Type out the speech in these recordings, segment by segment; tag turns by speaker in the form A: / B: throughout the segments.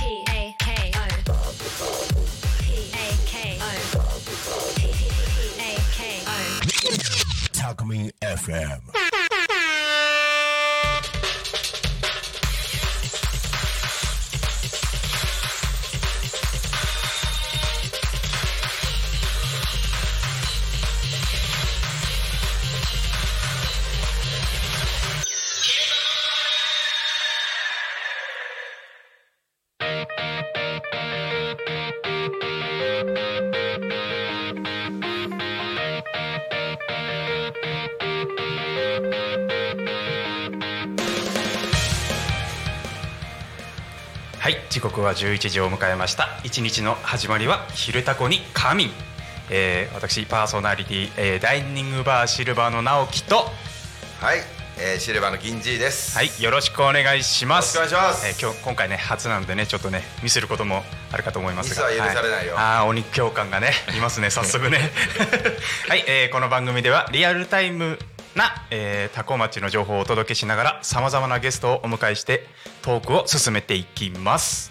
A: P A K O. P A K O. P A K O.
B: Talk Me FM.
C: 「はい時刻は11時を迎えました一日の始まりは「昼タコに仮眠」えー、私パーソナリティ、えー、ダイニングバーシルバーの直樹と
D: はい、えー、シルバーの銀じいです。
C: はい、よろしくお願いします。
D: よろしくお願いします
C: えー今日今回ね初なんでねちょっとねミスることもあるかと思いますが、
D: ミスは許されないよ
C: はああー鬼教官 がねいますね早速ね。はい、えーこの番組ではリアルタイムな、えー、タコ町の情報をお届けしながらさまざまなゲストをお迎えしてトークを進めていきます。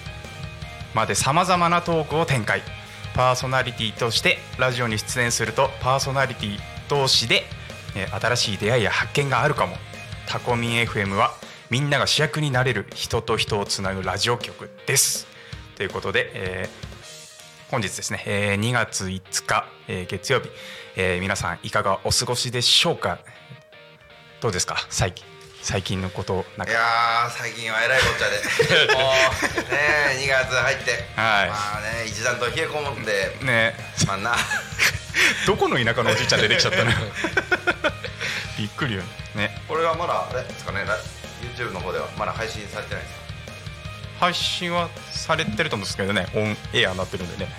C: までさまざまなトークを展開パーソナリティとしてラジオに出演するとパーソナリティ同士で、えー新しい出会いや発見があるかもタコミン FM はみんなが主役になれる人と人をつなぐラジオ局ですということで、えー本日ですね、えー2月5日、えー月曜日、えー皆さんいかがお過ごしでしょうかどうですか最近最近のことなん
D: い
C: か
D: やー最近はえらいこっちゃで もうね2月入って、
C: はい
D: まあね一段と冷え込んで、
C: ね
D: まあな
C: どこの田舎のおじいちゃん出てきちゃったの びっくりよね
D: これはまだあれですかねラ YouTube の方ではまだ配信されてないですか
C: 配信はされてると思うんですけどねオンエアになってるんでね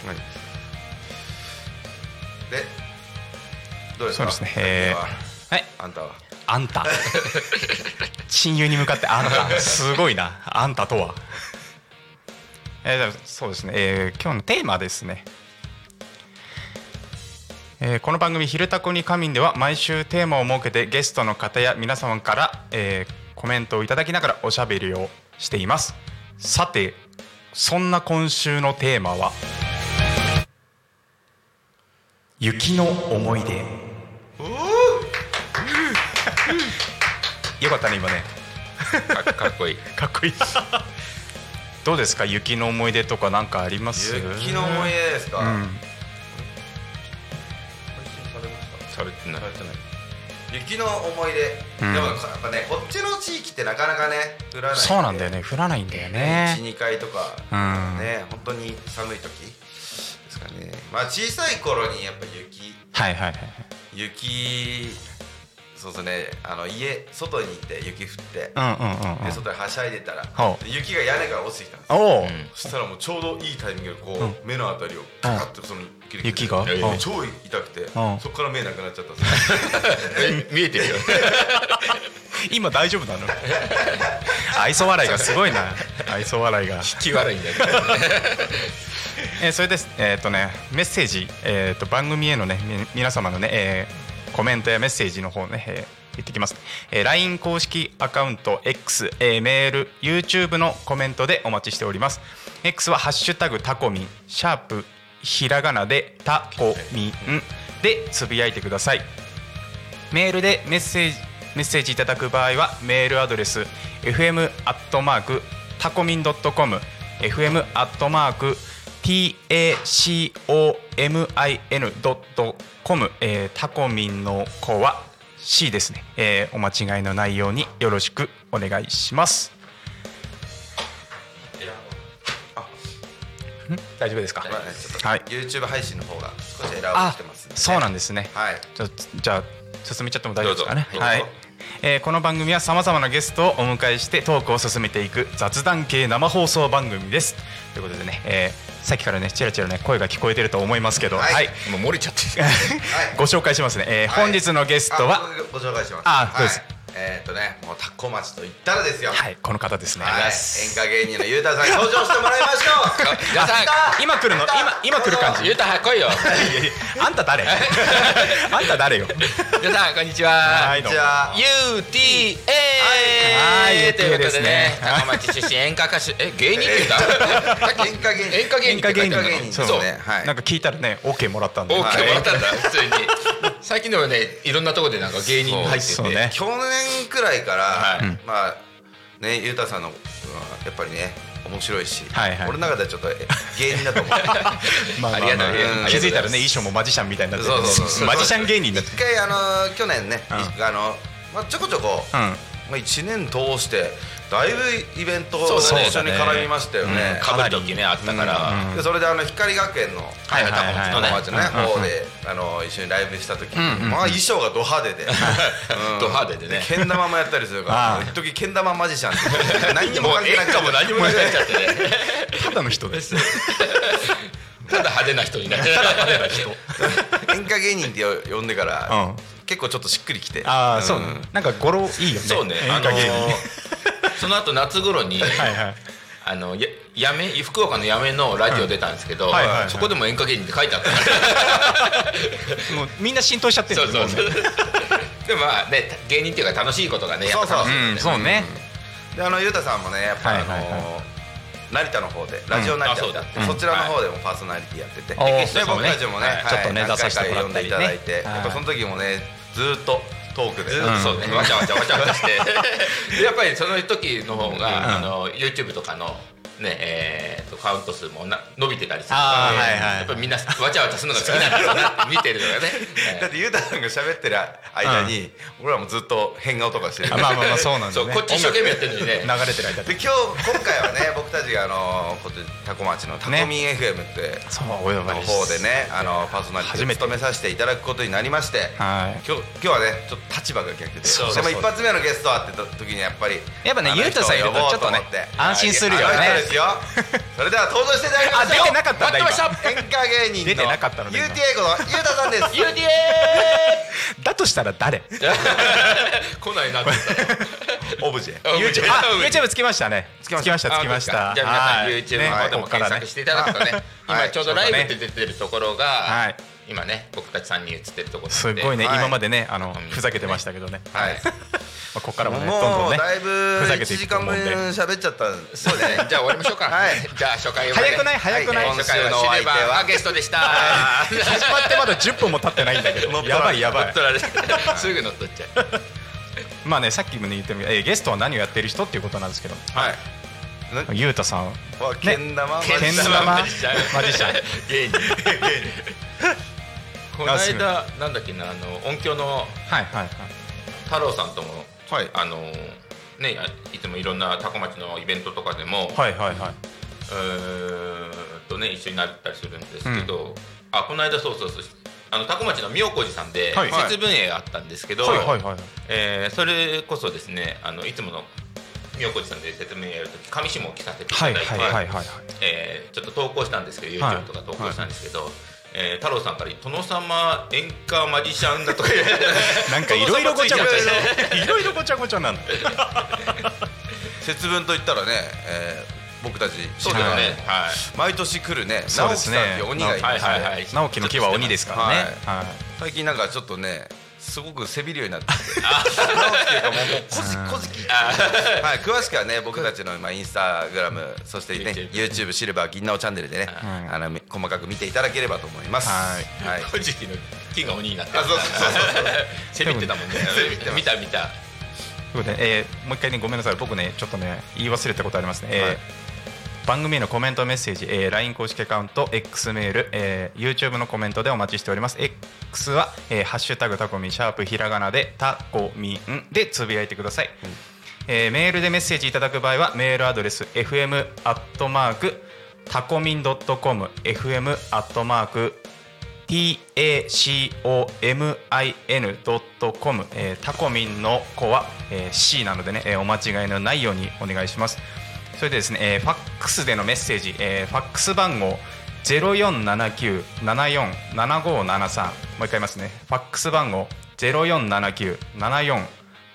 D: でどうです
C: そう
D: か
C: ですね
D: 最近は
C: えーはい
D: あんたは
C: あんた親友に向かってあんたすごいなあんたとはえーでもそうですね、えー今日のテーマですねえーこの番組「昼タコに仮眠」では毎週テーマを設けてゲストの方や皆様から、えーコメントをいただきながらおしゃべりをしていますさてそんな今週のテーマは「雪の思い出」よかったね今ね
E: かかっこいい
C: かっこいいどうですか雪の思い出とかなんかあります
D: 雪の思い出ですか、
C: う
D: 配
C: ん
D: 信されました
E: されてない
D: 雪の思い出、
C: うん
D: でもやっぱねこっちの地域ってなかなかね降らない
C: そうなんだよね降らないんだよね
D: 12回とか、
C: うん
D: ね本当に寒い時ですかねまあ小さい頃にやっぱ雪
C: はいはいはい
D: 雪そうですねあの家外に行って雪降って、
C: うんうんうんう
D: で
C: ん
D: 外にはしゃいでたら、
C: ほう
D: 雪が屋根から落ちてきたんですよ
C: おお、
D: そしたらもうちょうどいいタイミングでこう、
C: う
D: 目のあたりをカカッとその雪で
C: 雪が
D: ええ
C: うん
D: 超痛くて、
C: ん
D: そこから目なくなっちゃったんですよ
E: え見えてるよ
C: 今大丈夫なの 愛想笑いがすごいな愛想笑いが
E: 気悪いんだけど
C: えーそれです、えーっとね、メッセージ、えーっと番組への、ね、み皆様の、ねえーコメントやメッセージの方ね、えー言ってきます、えー LINE 公式アカウント X、えーメール YouTube のコメントでお待ちしております X は「ハッシュタグタコミン」シャープひらがなでタコミンでつぶやいてくださいメールでメッセージメッセージいただく場合はメールアドレス fm アットマークタコミンドットコム fm アットマーク tacomin.com、えー、タコミンの子は C ですね、えーお間違いのないようによろしくお願いしますん大丈夫ですか
D: まあねちょっと
C: はい
D: YouTube 配信の方が少しエラーを
C: あ
D: してますで
C: そうなんですね
D: はい
C: じゃじゃあ進めちゃっても大丈夫ですかね
E: どうぞ
C: は
D: ど
C: いう
D: ぞ
C: えーこの番組はさまざまなゲストをお迎えしてトークを進めていく雑談系生放送番組ですということでね、えーさっきからねちらちらね声が聞こえてると思いますけど、は
D: はいい
E: もう漏れちゃって
D: はい
C: ご紹介しますね、えー
D: はい
C: 本日のゲストは、
D: あごご紹介します
C: あそうです
D: はいえーっとねもうタコ町と言ったらですよ
C: はい、この方ですね、
D: はい演歌芸人のゆうたさんに登場してもらいましょう
E: 皆さん
C: 今来るの今今来る感じ
E: ゆうた来いよ
C: いやいやあんた誰 あんた誰よ
E: 皆さんこんにちは
C: どう
D: じ
C: も
D: ゃあ
E: UTA
C: はいはい
E: ということでね
C: UTA ですね
E: 高松出身演歌歌 手え芸人って言った
D: 演歌芸人
E: 演歌芸
C: 演
E: 人
C: 歌
E: って書
C: 芸
E: いて
C: 人
E: あ
C: なの
E: る
D: 演歌芸人
C: そう
D: そうねはい
C: なんか聞いたらね OK もらったんで、
E: 大きく
D: はい
E: もらったんだ普通に最近でもねいろんなとこでなんか芸人入って
C: そう
E: て
C: ね
D: 去年くらいから、
E: はい
D: まあねゆうたさんの、うんやっぱりね面白いし、
C: はいはい
D: 俺の中ではちょっとえ芸人だと思う
C: まあまあ
E: あり
C: ま
E: がと
C: あ
E: うありがとう
C: 気づいたらね衣装もマジシャンみたいになってる
D: そうそうそう
C: マジシャン芸人になって
D: 一回あの去年ね、あの、まあ、ちょこちょこ、
C: うん
D: まあ、1年通してだいぶイベントを
E: そうだね
D: 一緒に絡みましたよね
E: うんかぶる時ねあったから
D: でそれであの光学園の
C: はいはいはい
D: 友達のね方であの一緒にライブした時まあ衣装がド派 手でうん
E: ド派手でね
D: けん玉もやったりするか
C: ああ
D: ら一時けん玉マジシャ ンって何にも
E: も
D: 関
E: う
D: 係
E: 演
D: なくて
E: 歌も何もなくなっちゃってね
C: ただの人です
E: ただ派手な人になって
D: 演歌芸人って呼んでから
C: う
D: 結構ちょっとしっくりきて
C: ああ、
D: ん
C: そうなんか語呂いいよね
E: そうね
C: 演
E: あ
C: 歌
E: の
C: 芸人
E: ー その後夏頃に
C: はいはい
E: あのややめ福岡のやめのラジオ出たんですけど、
C: はいはいはい
E: そこでも演歌芸人って書いてあったか ら
C: もうみんな浸透しちゃってる
E: そ
C: ん
E: う
C: だ
E: そ
C: よ
E: う
C: ね
E: そうでもまあね芸人っていうか楽しいことがねや
D: そ
E: っ
D: う
E: ぱ
D: そう
E: 楽しい
C: うんそうね
D: であのゆうたさんもねやっぱあの
C: はいはい
D: 成田の方でラジオ成田ってやって
E: うんあそうだ
D: そちらの方でもパーソナリティやってて
C: おー
D: で
C: そうそう
D: 僕たちもね
C: はい
D: はい
C: ちょっとね
D: 何回か
C: 出させてもら
D: 呼
C: っ
D: ん
C: た
D: で
C: り
D: い
C: ね
D: ただいて
C: はい
D: やっぱその時もねずーっとトークで
C: ん
E: そうね、わちゃわちゃわちゃわちゃ してでやっぱりその時の方が、あの YouTube とかの、ねえーとカウント数もな伸びてたりするから、
C: あーはいはい
E: やっぱりみんなわちゃわちゃするのが好きなんだろうなって見てる のがね、
D: だってゆうたさんが喋ってる間に俺らもずっと変顔とかしてる
C: あまあまあまあそうなん
E: え
C: だ
E: ーそ
C: よ
E: う
C: ね
E: こっち一生懸命やってるのにね
C: 流れてる間
D: で
C: で
D: 今日今回はね僕たちがあのこっちタコ町のタコミン FM って
C: そうお呼ば
D: の
C: れし
D: 方でねあのパーソナリティ
C: 初
D: を
C: めて
D: 務めさせていただくことになりまして
C: はい
D: 今日今日はねちょっと立場が逆で
E: そうそうそう
D: でも一発目のゲスト会ってた時にやっぱり
C: やっぱね
D: あの
C: ゆうたさんいると
D: 人を呼ぼう
C: ちょっとね
D: 思て
C: 安心するよね
D: あの人ですよそれでは登場していただきまし
C: あ
D: ょう
C: 出てなかったんだ今
D: 待ってました演歌芸人の
C: 出てなかったのね
D: UTA
C: 今
D: ことゆうたさんです
E: 「UDA!」
C: だとしたら誰
E: 来ないなって言ったら
D: オブジェ
E: あ
C: YouTube あ YouTube つきましたねつきましたつきました
E: あそうですかじゃあ
C: はい
E: 皆さん YouTube の
C: ね
E: 方でも
C: ここか
E: 検
C: らね
E: 索していただくと
D: は
E: ね
D: い
E: 今ちょうどライブって出てるところが、
C: はい
E: 今ね僕たち3人映ってるところなん
C: す
E: で
C: ごいね
D: はい
C: 今までねあの
E: うん
C: ふざけてましたけどねま
D: はい
C: あここからもねどんど
D: も
C: ん
D: う
C: ね
D: だいぶ
C: ふざけて
D: 1
C: いく
D: 時
C: と
D: 間
C: 思う
D: 分
C: んで
D: 喋っちゃった
E: そうですね。じゃあ終わりましょうか。
D: はい
E: じゃあ初回はね
C: 早くない早くない
D: はい
E: 初回
D: 今週の
E: はシルバ
D: お相手
E: ー
D: は
E: はゲストでした。
C: 始まってまだ10分も経ってないんだけど やばいやば
E: 乗
C: い
E: っ取られる。すぐ乗っ取っちゃう。
C: まあねさっきもね言ってみえーゲストは何をやってる人っていうことなんですけど
D: はい
C: ゆうたさん
D: わけん玉
C: けん
D: マジシャン
C: 玉
E: マジシャン
C: マジシャン
E: 芸人。この
C: あすごい
E: 間なんだっけなあの音響の
C: はいはいはい
E: 太郎さんとも
D: はい
E: あのねやいつもいろんなタコ町のイベントとかでも、
C: はいはいはいう
E: ーんとね一緒になったりするんですけど、あこの間そうそうそうあのタコ町の妙高寺さんで
C: はい
E: 節分営があったんですけど。
C: はいはいはい
E: えーそれこそですねあのいつもの妙子寺さんで説明やるとき上下を着させてい
C: は
E: ただ
C: い
E: いて、
C: はいはいはい
E: えーちょっと投稿したんですけど
C: はい
E: YouTube とか投稿したんですけど、えー太郎さんから「殿様演歌マジシャン」だとか言われて
C: なんかいろいろごちゃご
E: 殿様ついてま
C: ちゃいろいろごちゃごちゃなんだ
D: 節分と言ったらね、えー僕たち
E: そうだよねはい
D: 毎年来るね
C: そう
D: 直
C: で
D: 樹
C: す
D: さん
C: ね
D: っていう鬼がいま
E: はい
D: すね、
E: はいはい
C: 直樹の木は鬼ですからねはい
D: 最近なんかちょっとねすごく背びるようになってきて直樹っていうかもうもうこじこじきはい詳しくはね僕たちの今インスタグラムそしてね
E: YouTube
D: YouTube シルバー銀直チャンネルでね
E: はい
D: あのみ細かく見ていただければと思います
C: はい
D: はい
E: 古事記の木が鬼になって
D: あそうそうそうそ う
E: せびってたもんね見た見た
C: ということで、えーもう一回ねごめんなさい僕ねちょっとね言い忘れたことありますね、えー番組へのコメントメッセージ、えー、LINE 公式アカウント X メール、えー、YouTube のコメントでお待ちしております X は、えーハッシュタグタコミンシャープひらがなでタコミンでつぶやいてください、えーメールでメッセージいただく場合はメールアドレス fm アットマークタコミンドットコム fm アットマーク tacomin.com、えー、タコミンの子は、えー C なのでね、えーお間違いのないようにお願いしますそれでですね、えーファックスでのメッセージ、えーファックス番号0479747573もう一回言いますねファックス番号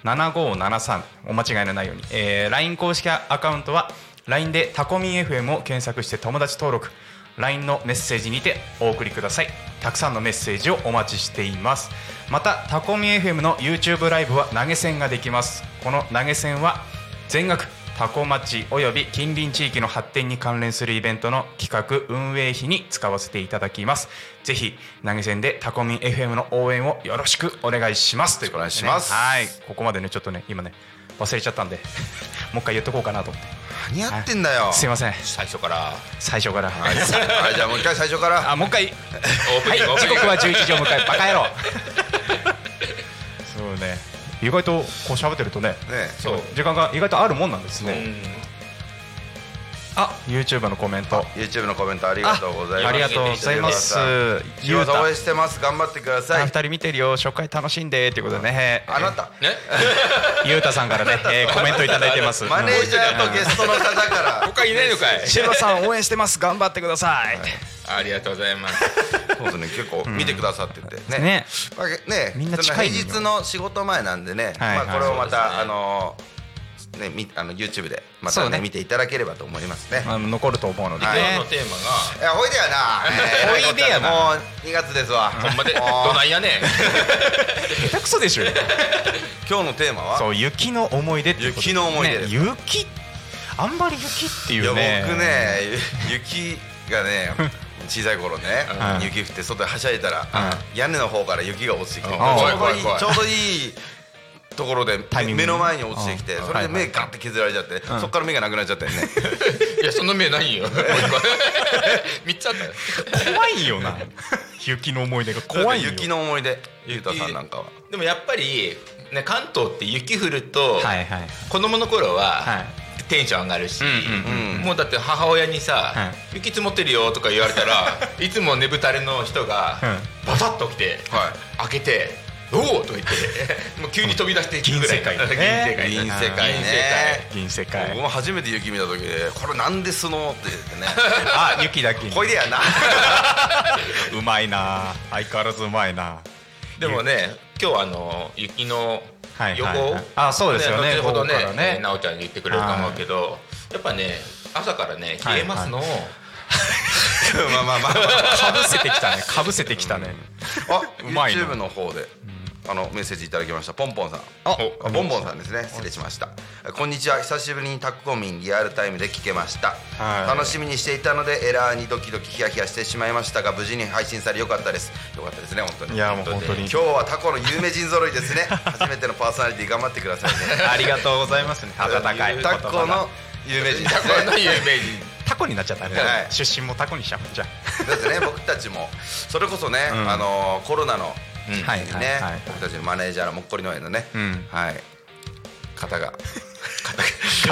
C: 0479747573お間違いのないように、えー LINE 公式アカウントは LINE でタコミン FM を検索して友達登録 LINE のメッセージにてお送りくださいたくさんのメッセージをお待ちしていますまたタコミ FM の YouTube ライブは投げ銭ができますこの投げ銭は全額タコ町および近隣地域の発展に関連するイベントの企画運営費に使わせていただきますぜひ投げ銭でタコミン FM の応援をよろしくお願いしますということで、ね、
D: お願いします
C: はいここまでねちょっとね今ね忘れちゃったんで もう一回言っとこうかなと思って
D: 何やってんだよ
C: すいません
E: 最初から
C: 最初から
D: はいはいじゃあもう一回最初から
C: あもう一回
E: オープ
C: は
E: ニ
C: い、
E: ング、オー
C: 時
E: プニング
C: 刻は11時を迎え、バカ野郎。そうね、意外とこう喋ってるとね、
D: ね
E: そう
C: 時間が意外とあるもんなんです
E: う
C: ね。
E: ん
C: あ、YouTube のコメント。
D: YouTube のコメントありがとうございま
C: あ
D: す
C: りがとうございます。
D: ゆ
C: ゆ
D: う
C: う
D: た
C: た
D: 応、援してます頑張ってくださ
C: あ
D: い
C: 二人見てるよ、初回楽しんでっていうことでね。
D: あなた
E: ね
C: えーゆうたさんからね、えーコメントいただいてます。
D: マネージャーとゲ
C: ス
D: ストの方 から
E: 他いないのかい
C: シロさん応援してます、頑張ってください。
E: ありがとうございます
D: そうですね結構見てくださっててね
C: ね、
D: まあね
C: みんな近いんよ
D: その平日の仕事前なんでね
C: はい
D: ま
C: はい
D: あこれをまたあ
E: そ
D: のーねみあの YouTube でま
C: そ
D: た
C: うね
D: ね見ていただければと思いますね
C: まあ残ると思うので
E: 今
C: ね。
E: 日のテーマ
D: いやおいでやな
C: おいでやな
D: もう2月ですわ
E: がほんまで
D: もう
E: どないやねん
C: 下手くそでしょ。
D: 今日のテーマは
C: そう雪の思い出っていうこと
D: 雪の思い出
C: ね雪あんまり雪ってい
D: いや
C: う
D: 僕
C: ね
D: ねゆ雪が ね小さい頃ね
C: うん
D: 雪降って外ではしゃいだら
C: う
D: 屋根の方から雪が落ちてきてち
E: うん
D: ょうど
E: 怖
D: い
E: い
D: い
E: 怖い
D: ちょうどいいところで
C: タイミング
D: 目の前に落ちてきて
C: うん
D: そ
C: は
D: れで
C: い
D: 目
C: はい
D: ガッて削られちゃって
C: ん
D: そっから目がなくなっちゃったよね
E: いやその目ないよ もう一個見ちゃったよ
C: 怖いよな雪の思い出が怖いよ
D: 雪の思い出ゆうたさんなんかは
E: でもやっぱり、ね、関東って雪降ると、
C: はいはい
E: 子供の頃
C: は
E: はテンション上がるし、
C: うん
D: うんうん
E: もうだって母親にさ、
C: は
E: 雪積もってるよとか言われたらいつもねぶたれの人が
C: う
E: バタッと来て、
D: は
E: 開けて「おお!」と言ってもう急に飛び出していくぐら
C: 銀
E: い
C: 世界
E: ね
C: ね
D: い銀世界
E: 銀世
D: ね
C: 銀世
D: 僕
C: 界
D: も初めて雪見た時でこれなんでスノーって言ってね
C: あ雪だけに
D: おいでやな
C: うまいな相変わらずうまいな
E: でもね今日はあの雪の
C: はい
E: 予
C: はい
E: 報
C: はいあそうですよね
E: 後ほどね
C: 午後からね
E: えーなおちゃんに言ってくれると思うけどやっぱね朝からね冷えますのを
D: まあまあまあまあ
C: かぶせてきたねかぶせてきたね
D: あ、
C: うまいな
D: YouTube の方で、あのメッセージいただきましたポンポンさん
C: あ
D: あボンボンさんですね失礼しましたこんにちは久しぶりにタッコミンリアルタイムで聞けました
C: はい
D: 楽しみにしていたのでエラーにドキドキヒヤヒヤしてしまいましたが無事に配信されよかったですよかったですね本当に
C: いやもう本当に
D: 今日はタコの有名人揃いですね 初めてのパーソナリティ頑張ってくださいね
C: ありがとうございますね温かい言葉
D: タ
C: が
D: コの有名人ですね
E: こんな有名人
C: タコになっちゃったね
D: はい
C: 出身もタコにしちゃったじゃ
D: だってね 僕たちもそれこそね、
C: うん
D: あのコロナの
C: んはい
D: ね、
C: はいはい
D: 僕たちのマネージャーのもっこり農園のね、
C: うん
D: はい方が方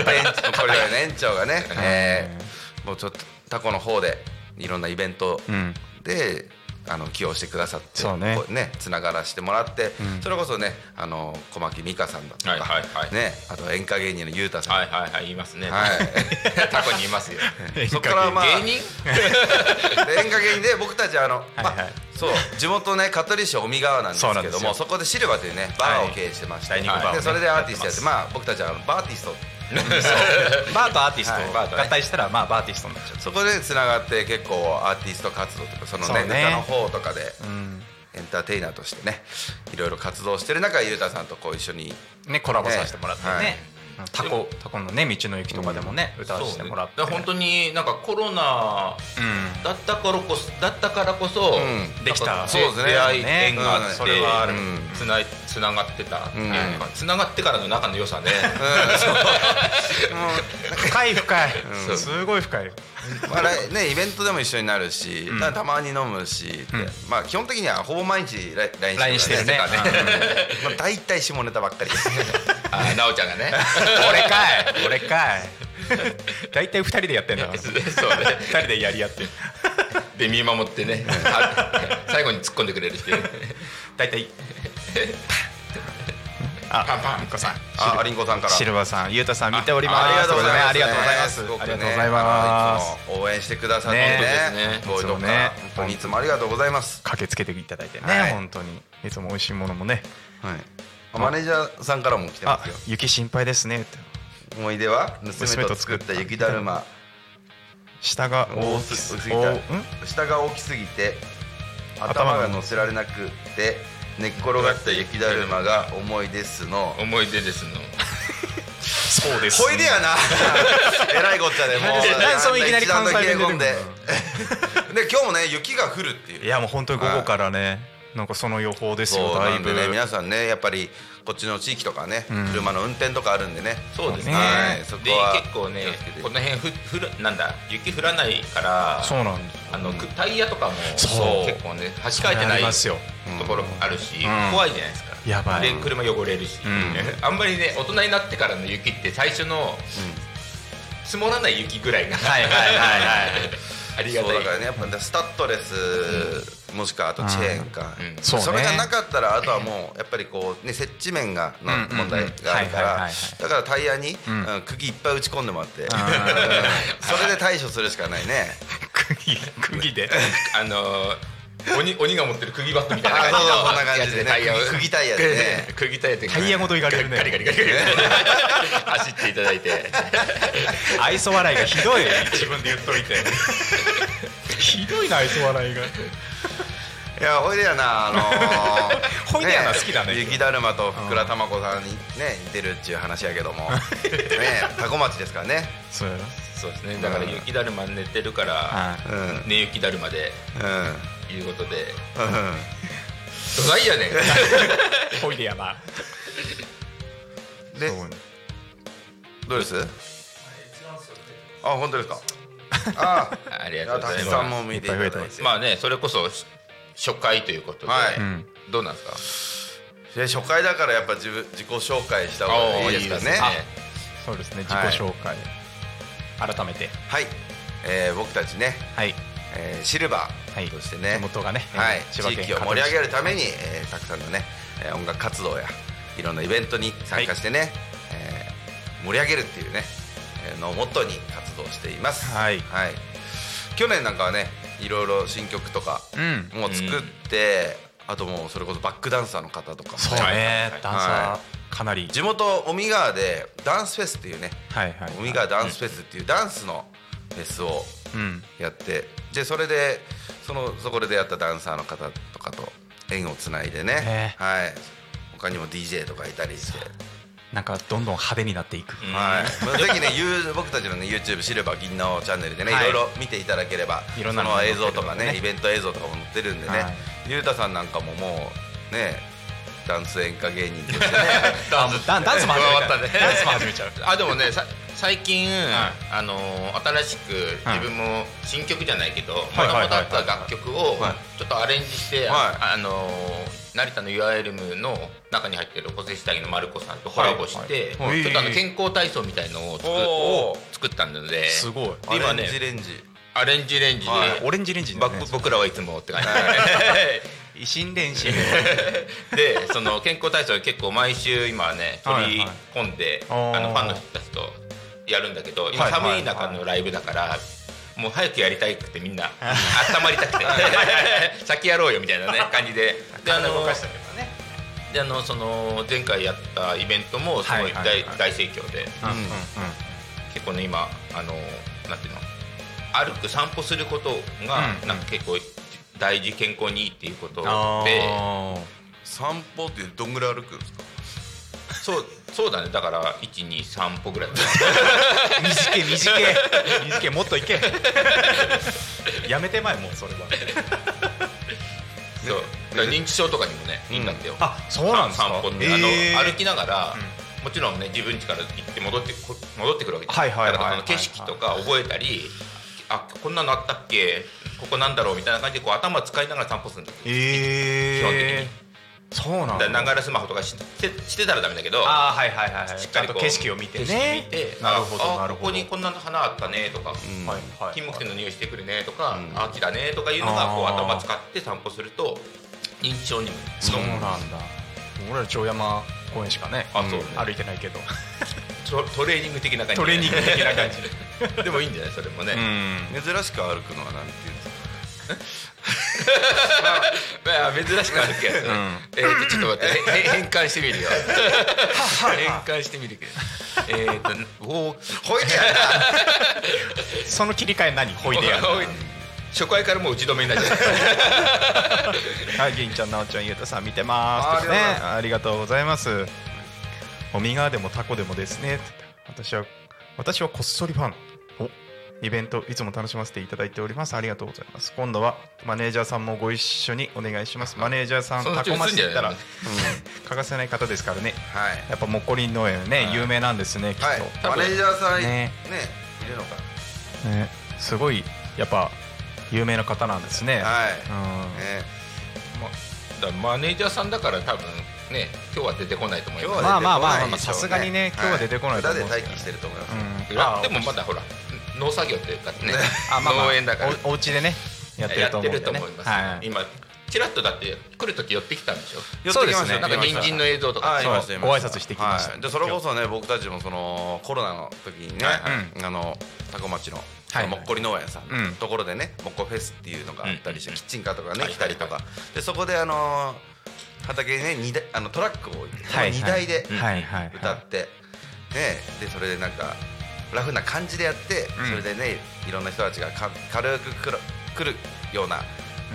D: が園長もっこり農園の園長がね、えーもうちょっとタコの方でいろんなイベント
C: うん
D: で、あの起用してくださって
C: そうね
D: こつながらしてもらって、
C: うん
D: それこそねあの小牧美香さんだとか、
E: はいはいはい
D: ね、あと演歌芸人のゆうたさん、
E: はいはいはい言いますね
D: はい
E: タコにいますよ
D: そっから まあ
E: 芸人
D: で演歌芸人で僕たちあの、
C: い
D: まあ
C: はい
D: そう地元ね香取市小見川なんです
C: そうなん
D: け
C: で
D: ど
C: すよ
D: もそこでシルバーというねバーを経営してまして、
C: ダイニングバーをね
D: でそれでアーティストやって
C: やって
D: まあ僕たちはあのバーティスト
C: バーとアーティス
D: はい
C: ト
D: バーとね
C: 合体したらまあバーティストになっちゃう
D: そこでつながって結構アーティスト活動とかその
C: そう
D: ね
C: ね
D: ネタの方とかで
C: うん
D: エンターテイナーとしてねいろいろ活動してる中ゆうたさんとこう一緒に
C: ねコラボさせてもらってね
D: はい
C: タコタコのね道の駅とかでもね、歌わせてもらって、
E: そうねだから本当になんかコロナ
C: う
E: だったからこそだったからこそ、
D: うん
C: できた
E: なんか
C: そう
D: ですね
E: 出会い
C: ね
E: 縁があって、
C: うんそれはある
D: うん
E: つないつながってたっていうか、
D: う
E: つながってからの仲の良 さね、
C: ん、深い深い、
D: うん
C: すごい深い
D: まあ来ね、イベントでも一緒になるし、
C: うん
D: たたまに飲むしって、
C: うん
D: まあ基本的にはほぼ毎日ライ LINE
C: LINE してるね
D: とかまあ大体下ネタばっ かりですね
E: あーなおちゃん がね
C: 俺かい俺 かい大体二人でやってんだから
E: そうね
C: 二人でやり合って
E: で見守ってねあ最後に突っ込んでくれるっていうね
C: 大 体あパンパンみこさん
D: あアリンコさんから
C: シルバーさんゆうたさん見ております
D: ありがとうございます
C: ありがとうございます
D: すごく
C: あり
D: ね
C: がとうございます
D: あのいつも応援してくださってね
C: ね
D: 遠いとこから本当にいつもありがとうございます、
C: 駆けつけていただいてね、
D: はい
C: 本当にいつも美味しいものもね
D: はい、あマネージャーさんからも来てま
C: あ
D: すよ
C: 雪心配ですねって
D: 思い出は
C: 娘
D: 娘と
C: と作
D: 作っ
C: ったた
D: 雪だるま
C: 下が
D: 大
C: 大
D: き
C: き
D: す
C: す
D: ぎ
C: ぎ
D: た
C: たん
D: 下が大きすぎて頭
C: 頭が
D: が乗せられなくて寝っ転がった雪だるまが思いですの
E: 思い出ですの
C: そうです
D: ほいでやな えらいこっちゃでもう
C: なんでなんでそのいきなり
D: 一段の
C: 関西
D: 切れ
C: 弁
D: 込んで
C: 出て
D: で 今日もね雪が降るっていう
C: いやもう本当に午後からねなんかその予報ですよ
D: そう
C: だ
D: ないん
C: ぶ
D: でね皆さんねやっぱりこっちの地域とかね、
C: うん
D: 車の運転とかあるんでね
E: そうですね。
C: ね
D: はいそこ
E: で
D: は
E: 結構ね
D: 気をつけて、
E: この辺ふふらなんだ雪降らないから、
C: そうなんです
E: あのくタイヤとかも
C: そう
E: 結構ね端かえて
C: あ
E: ない
C: りますよ
D: うん
E: ところもあるし、
C: うん
E: 怖いじゃないですか。
C: やばい
E: で車汚れるし、
C: うん
E: あんまりね大人になってからの雪って最初の積もらない雪ぐらいが、はいはいはいはい。 ありが
D: そう
E: たい
D: だ。からねやっぱスタッドレス、もしくはあとチェーンか、
E: うんうん
C: そうね
D: れがなかったらあとはもうやっぱりこう、ね、接地面がの
C: うんうんうん
D: 問題があるか
C: はいはい
D: ら
C: はいはい
D: だからタイヤに、
C: ん
D: うん釘いっぱい打ち込んでもらって、
C: あ
D: それで対処するしかないね
C: 釘釘 で
E: あのー鬼鬼が持ってる釘バットみたいな
D: あ
E: 感
D: そう
E: じ
D: そう
E: の
D: そんな感じでね
E: やつタイヤを
D: 釘タイヤでね
E: 釘タイヤで
C: タイヤごといかれるね
E: ガリガリガリガリ 走っていただいて
C: 愛想笑いがひどい自分で言っとい てひどいな愛想笑いが
D: いやおいでやなあの ー
C: ほいでやな好きだね
D: 雪だるまとふくらたまこさんにね似てるっちゅう話やけどもねタコ町ですからね
C: そうや
E: そうですねだから雪だるま寝てるから
C: な
D: うんうんうん
E: 寝雪だるまでいうことで
D: うん
E: どないやねん
C: ほいでやな
D: で
C: そうね
D: どうですあ本当ですか あ
E: あ
D: あ
E: り
D: い
E: が
D: や
E: とうござ
D: た
E: い
D: く
E: ます
D: さんも見ていただいて
C: いっぱい増えてま
E: まあねそれこそし初回ということで、
D: はい
C: うん
E: どうなんです
D: で初回だからやっぱ自分自己紹介した方がいいですか
E: おーいいで
D: ね
E: すね
C: そうですね自
D: はい
C: 己紹介改めて
D: はい、えー僕たちね、
C: はい
D: えーシルバ
C: はい
D: ーとしてね、
C: 地元がね
D: はい、
C: えー
D: 地
C: 千葉県
D: 域を盛り上げるために、えーたくさんのね、えー音楽活動やいろんなイベントに参加してね、えー盛り上げるっていうね、えーのをモットーに活動しています。
C: はい
D: 去年なんかはね、いろいろ新曲とか
C: うん
D: もう作って、あともうそれこそバックダンサーの方とかもね
C: そうねダンサ
D: は
C: ーかなり
D: 地元尾身川でダンスフェスっていうね、
C: はいはい
D: 尾身川ダンスフェスっていうダンスのフェスを
C: うん
D: やってでそれでそのそこで出会ったダンサーの方とかと縁をつないでね
C: ね、
D: はい、他にも DJ とかいたりして、
C: なんかどんどん派手になっていく
E: うん
D: はい、まあぜひね ゆう僕たちの、ね、YouTube シルバー銀のチャンネルでね、、
C: はいい
D: ろいろ見ていただければ
C: いろんなの
D: そ
C: が
D: の
C: 載っ
D: 映
C: てる
D: 像とかね
C: ね
D: イベント映像とかも載ってるんでね、
C: はい
D: ゆうたさんなんかももうねダンス演歌芸人としてね
C: ダンスダンダンスも始めちゃう、
E: 加わったね
C: ダンスも始めちゃう
E: あでもねさ最近、あのー新しく自分も新曲じゃないけども
C: い
E: と
C: はい
E: もとあった楽曲を
D: はい
E: ちょっとアレンジして、
D: はい
E: ああのー成田の URM の中に入ってる個性下着のマルコさんとコラボして、
C: はいはい
E: ちょっとあの健康体操みたいのを作
D: おー
E: 作ったのです
C: ごい
E: で今
D: アレンジ
E: ね
D: レンジ
E: アレンジレンジで、
D: はい
C: オレンジレンジだ
E: ば
C: ね
E: 僕らはいつもって感じ
C: 維新練習
E: ででその健康体操結構毎週今ね取り込んで、
C: はいはい
E: あの
C: おー
E: ファンの人たちとやるんだけど今
C: はいはいは
E: 寒
C: い
E: い中のライブだから、もう早くやりたいくてみんな温まりたくて 先やろうよみたいな ね感じでであのであのその前回やったイベントもすごい大,、
C: はいはいはい
E: 大盛況で
C: うんうんうん
E: 結構ね今あのなんていうの歩く散歩することが、
C: うん
E: なんか結構大事健康にいいっていうことで。
C: あー
D: 散歩ってどんぐらい歩くんですか
E: そうそうだねだから123歩ぐらいだね
C: 短け短け短けもっといけ やめてまいもうそれは
E: そうだから認知症とかにもねいいんだってよ、
C: あそうなんですか
E: 散歩って、
C: へー
E: あの歩きながら、もちろんね自分家から行って戻ってこ戻ってくるわけじゃん
C: はいはいはい
E: だからその景色とか覚えたりあこんなのあったっけここなんだろうみたいな感じでこう頭使いながら散歩するんだよ基本的
C: ええ
E: に
C: そうなん
E: だからな
C: だ
E: がらスマホとかししてしてたらダメだけど
C: ああはいはいはいはい
E: し
C: ち
E: っか
C: ゃん
E: りことう
C: 景色を見て
E: 景色見
C: ね
E: て
C: なるほ
E: あ
C: ど
E: あ
C: なるほ
E: ここ
C: ど
E: にこんな花あったねとか、
D: ん
C: はいはい
E: 金木犀の匂いしてくるねと
D: う
E: か、
D: ん
E: 秋だねとかいうのがこう
C: あー
E: 頭使って散歩すると認知症にも
C: そうなんだ俺ら長山公園しかね
E: あそう
C: うん歩いてないけど
E: トトレーニング的な感じ
C: トレーニング的な感
E: じ でもいいんじゃないそれもね、
C: ん
D: 珍しく歩くのはなんていうんですか
E: まあ珍しくあるけど、えーとちょっと 待ってへへ変換してみるよ変換してみるけどえー、と ウォー
D: ほいでや
C: その切り替え何ほいでやる
E: 初回からもう打ち止めになっちゃう
C: はい、銀ちゃん、なおちゃん、ゆうたさん見てますとかね。ありがとうございます。おみがでもタコでもですね。私は、私はこっそりファン。おイベントいつも楽しませていただいております。ありがとうございます。今度はマネージャーさんもご一緒にお願いします。マネージャーさん、
E: その
C: タ
E: うち
C: コ町
E: 移んじゃ
C: 行
E: な
C: った
E: い
C: ら、欠かせない方ですからね。
D: はい
C: やっぱもっこり農園ね、有名なんですね、きっと。
D: はい
E: 多
D: マ
E: 分
D: ネージャーさん
C: ね
D: ねいるのか
C: ねすごい、やっぱ有名な方なんですね。
D: はい
C: うん
D: ね
E: まだマネージャーさんだから多分ね今日は出てこないと思います
D: 今日
C: ま
D: は
C: あまあまあまあ
D: 出てこないでしょう
C: さすがにね今日は出てこないと
D: は
C: 思う
D: 裏
C: ん
D: で
C: ですけど
D: 待機してると思います
C: うん
E: いやでもまだほら農作業っていうかね
C: あまあまあ
E: 農園だから
C: おお家でねやってる
E: や
C: と
E: っ
C: 思
E: て
C: うんで
E: ると
C: ね
E: 思います、
C: はい
E: 今ちらっとだって来る時寄ってきたんでしょ
D: 寄ってきました
C: そうですね
E: なんか人参の映像とか
D: はい
C: そう
D: いましたいま
C: ご挨
D: した
C: 拶してきました
D: はいでそれこそね僕たちもそのコロナの時にね
E: はい
D: あのタコ町の
C: はい
D: もっこり農園さん
C: うん
D: のところでねもっこフェスっていうのがあったりして
E: うん
D: キッチンカーとかね
E: はい
D: 来たりとかでそこであの畑にね荷台あのトラックを置いて
C: はい
D: 荷台で
C: はいはい
D: 歌ってねでそれでなんかラフな感じでやって
C: うん
D: それでねいろんな人たちがか軽くくる来るような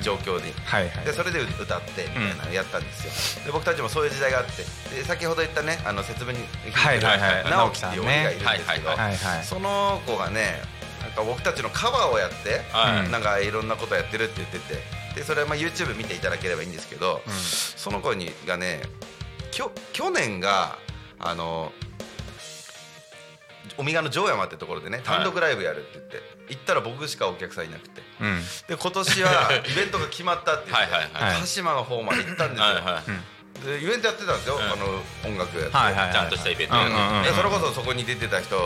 D: 状況に
C: はいはい
D: でそれで歌ってみたいなのやったんですよ、で僕たちもそういう時代があってで先ほど言ったねあの節分に
C: はいはいはい
D: 直樹っていう鬼がいるんです
E: 直
D: けど、
E: 樹さんね
C: はいはい
D: その子がねなんか僕たちのカバーをやって、
E: はい
D: なんかいろんなことやってるって言っててでそれはまあ YouTube 見ていただければいいんですけど、
C: うん
D: その子にがねきょ去年があのおみがの城山ってところでね単独ライブやるって言って、行ったら僕しかお客さんいなくて。
C: うん
D: で今年はイベントが決まったって言って
E: はいはい
C: はい
D: 鹿島の方まで行ったんですよ、
E: はいは
D: でイベントやってたんですよ、
E: ん
D: あの音楽やって、
C: はいはい
E: いちゃんとしたイベント
C: うんうんうん
D: でそれこそそこに出てた人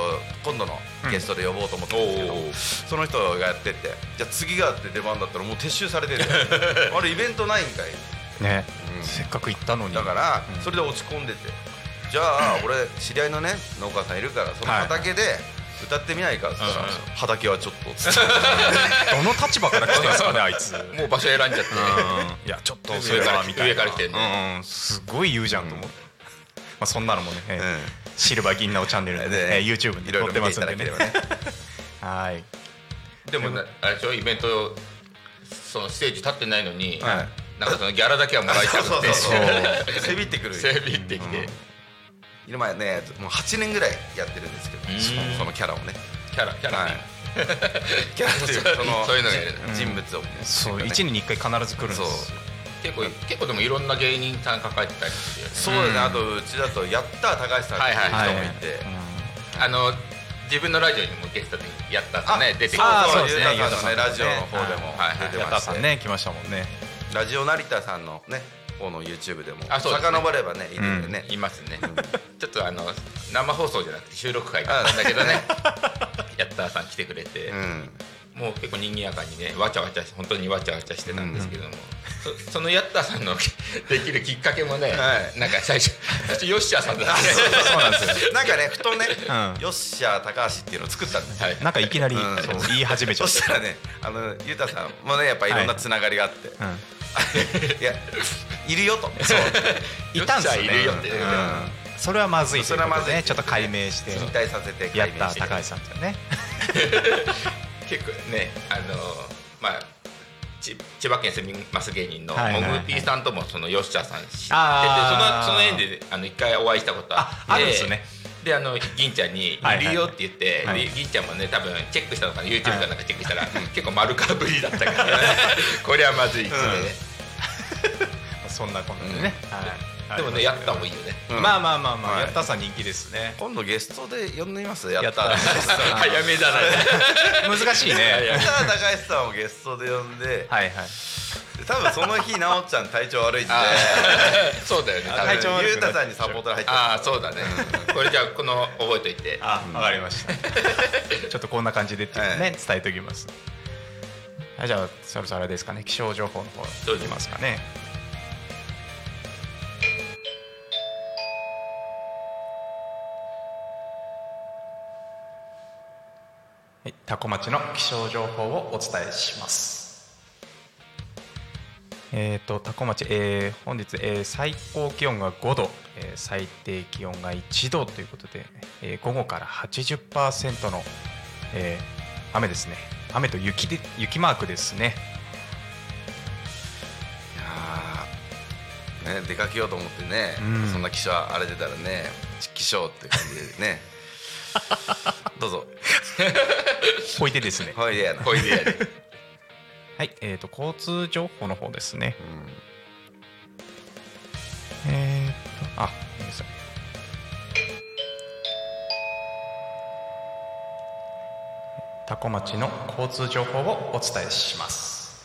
D: 今度のゲストで呼ぼうと思ったんですけど、
E: おー
D: その人がやってってじゃあ次があって出番だったらもう撤収されてる あれイベントないんかい
C: ね
D: うん
C: せっかく行ったのに
D: だから
C: うん
D: それで落ち込んでてじゃあ俺知り合いのね農家さんいるからその畑で歌ってみないかっつったら
E: うん
D: 「畑はちょっと」っつって
C: どの立場から来てるんですかねあいつ
E: いもう場所選んじゃって
C: いやちょっと
E: 上から上から来てん
C: ねすごい言うじゃんと思ってまあそんなのもねえー
D: うん
C: シルバー銀なおチャンネルでえー YouTube に
D: いろい
C: 載って
D: ろ見て
C: ま
D: い
C: す
D: た
C: ん
D: だ
C: でね
D: ければね
C: はい
E: でもなあれでしょイベントそのステージ立ってないのに、
D: はい
E: なんかそのギャラだけはもらいたくて
D: そうそう そうせびってくる
E: 整備ってきて、
D: うん今ねもう8年ぐらいやってるんですけど
E: うん
D: そのそのキャラをね
E: キャラキャラ、
D: はいキャラっていうかその
E: そういうのがいる
D: じ人物をね
C: そう
D: ね
C: 1年に1回必ず来るんですよ
D: そう
E: 結構結構でもいろんな芸人さん抱えてたりするよね
D: そうだねあとうちだとやったー高橋さんっていう
E: は
D: 人もいて
C: うん
E: あの自分のラジオにもゲストでやったんでね出てくる
C: あ
D: そう
C: そうですね
D: ゆうたさん
C: ゆうた
D: のね
C: さん
D: ラジオの方でも
E: はい
D: 出て
C: やっ
D: ま
C: た
D: し
C: さ
D: て
C: んね来ましたもんね
D: ラジオ成田さんのね方の YouTube でも
E: あそうですね
D: 遡ればねいるんでね
E: いますね、ちょっとあの生放送じゃなくて収録会だったんだけどねやったーさん来てくれて、
D: うん
E: もう結構賑やかにねわちゃわちゃ本当にわちゃわちゃしてたんですけども、そそのやったーさんの できるきっかけもね、
D: はい
E: なんか最初最初ヨッシャーさんだったね
C: そうなんですよ
D: なんかねふとね
C: うん
D: よっしゃー高橋っていうのを作ったんですよ
E: はい
C: なんかいきなり、
D: うん
C: そう言い始めちゃ
D: そ
C: っ
D: したらねあのゆうたさんもねやっぱいろんなつながりがあって
C: た、うん、
D: いやいるよと
C: いたんすよね
E: ヨッシャーいるよって、
D: うん
C: それはまずいということで
D: それはまずい
C: ねちょっと解明して
D: 引退させて
C: やっ
D: 解明
C: た
D: して
C: 高橋さんとね
E: 結構ねあのまあち千葉県住みます芸人の
C: はいはい
E: モ
C: はい
E: グピーさんともそのヨッシャーさん知っててそ
C: あー
E: のその縁であの一回お会いしたことあって
C: ああるんですね
E: であの銀ちゃんに
C: はい
E: 「いるよ」って言って、
C: はい
E: で銀ちゃんもね多分チェックしたのかな YouTube かなんかチェックしたら、結構丸かぶりだったから、 これはまずいっつってね、
C: そんなこんなでね、はい
E: でもねやった方がいいよね
D: うん
C: まあまあまあまあ、
D: はい
C: やったさん人気ですね
D: 今度ゲストで呼んでみますやった
C: や
D: ら
C: っ
E: 早めだ な
C: 難しいね
D: やったら高橋さんをゲストで呼んで
C: はいはい
D: で多分その日なおちゃん体調悪いんで
E: あーそうだよね多分
C: 体調悪くなっちゃう
D: ゆうたさんにサポーター入ってます
E: ああそうだねこれじゃあこの覚えといて
C: あ、わかりました。 ちょっとこんな感じでっていうのをね、
D: は
C: 伝えておきます。はい、じゃあそろそろあれですかね、気象情報の方
E: どう
C: い
E: ぞ
C: きますかね。はい、タコ町の気象情報をお伝えします。えー、とタコ町、えー本日、えー最高気温が5度、えー最低気温が1度ということで、えー午後から80%の、えー雨ですね雨と雪で雪マークですね
D: あーね、出かけようと思ってね、
C: うん
D: そんな気象荒れてたらね気象って感 じでねどうぞ
C: ほいでですね
D: ほいで やな
E: こいでやる
C: はい、えー、と交通情報の方ですね、えー、とあごめんなさいタコ町の交通情報をお伝えします、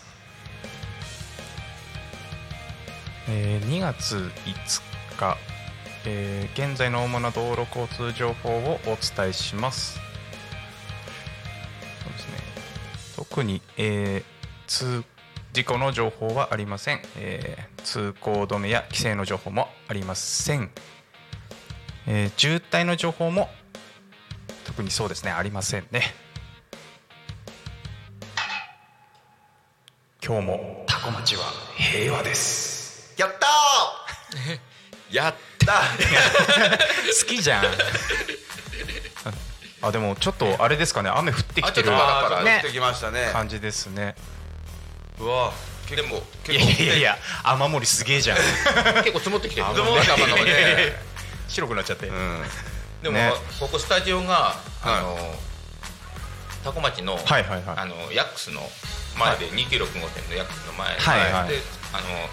C: えー、2月5日、えー現在の主な道路交通情報をお伝えしますそうですね特に、えー通事故の情報はありません、えー通行止めや規制の情報もありません、えー渋滞の情報も特にそうですねありませんね今日もタコ町は平和です
D: やった ーやった
C: 好きじゃん あでもちょっとあれですかね雨降ってきてる
E: あちょっとま
D: だから
C: ね
D: ねきましたね
C: 感じですね
D: うわ結構
C: いや
D: 結構
C: いやいや雨漏りすげえじゃん
E: 結構積もってきてる
C: でも
E: ね頭の中で
C: 白くなっちゃって、
D: うん
E: でも、
C: ね
E: ここスタジオがあの、タコ町の、
C: はいはいはい
E: あのヤックスの前で、2965店のヤックスの前で、
C: はいはい
E: であの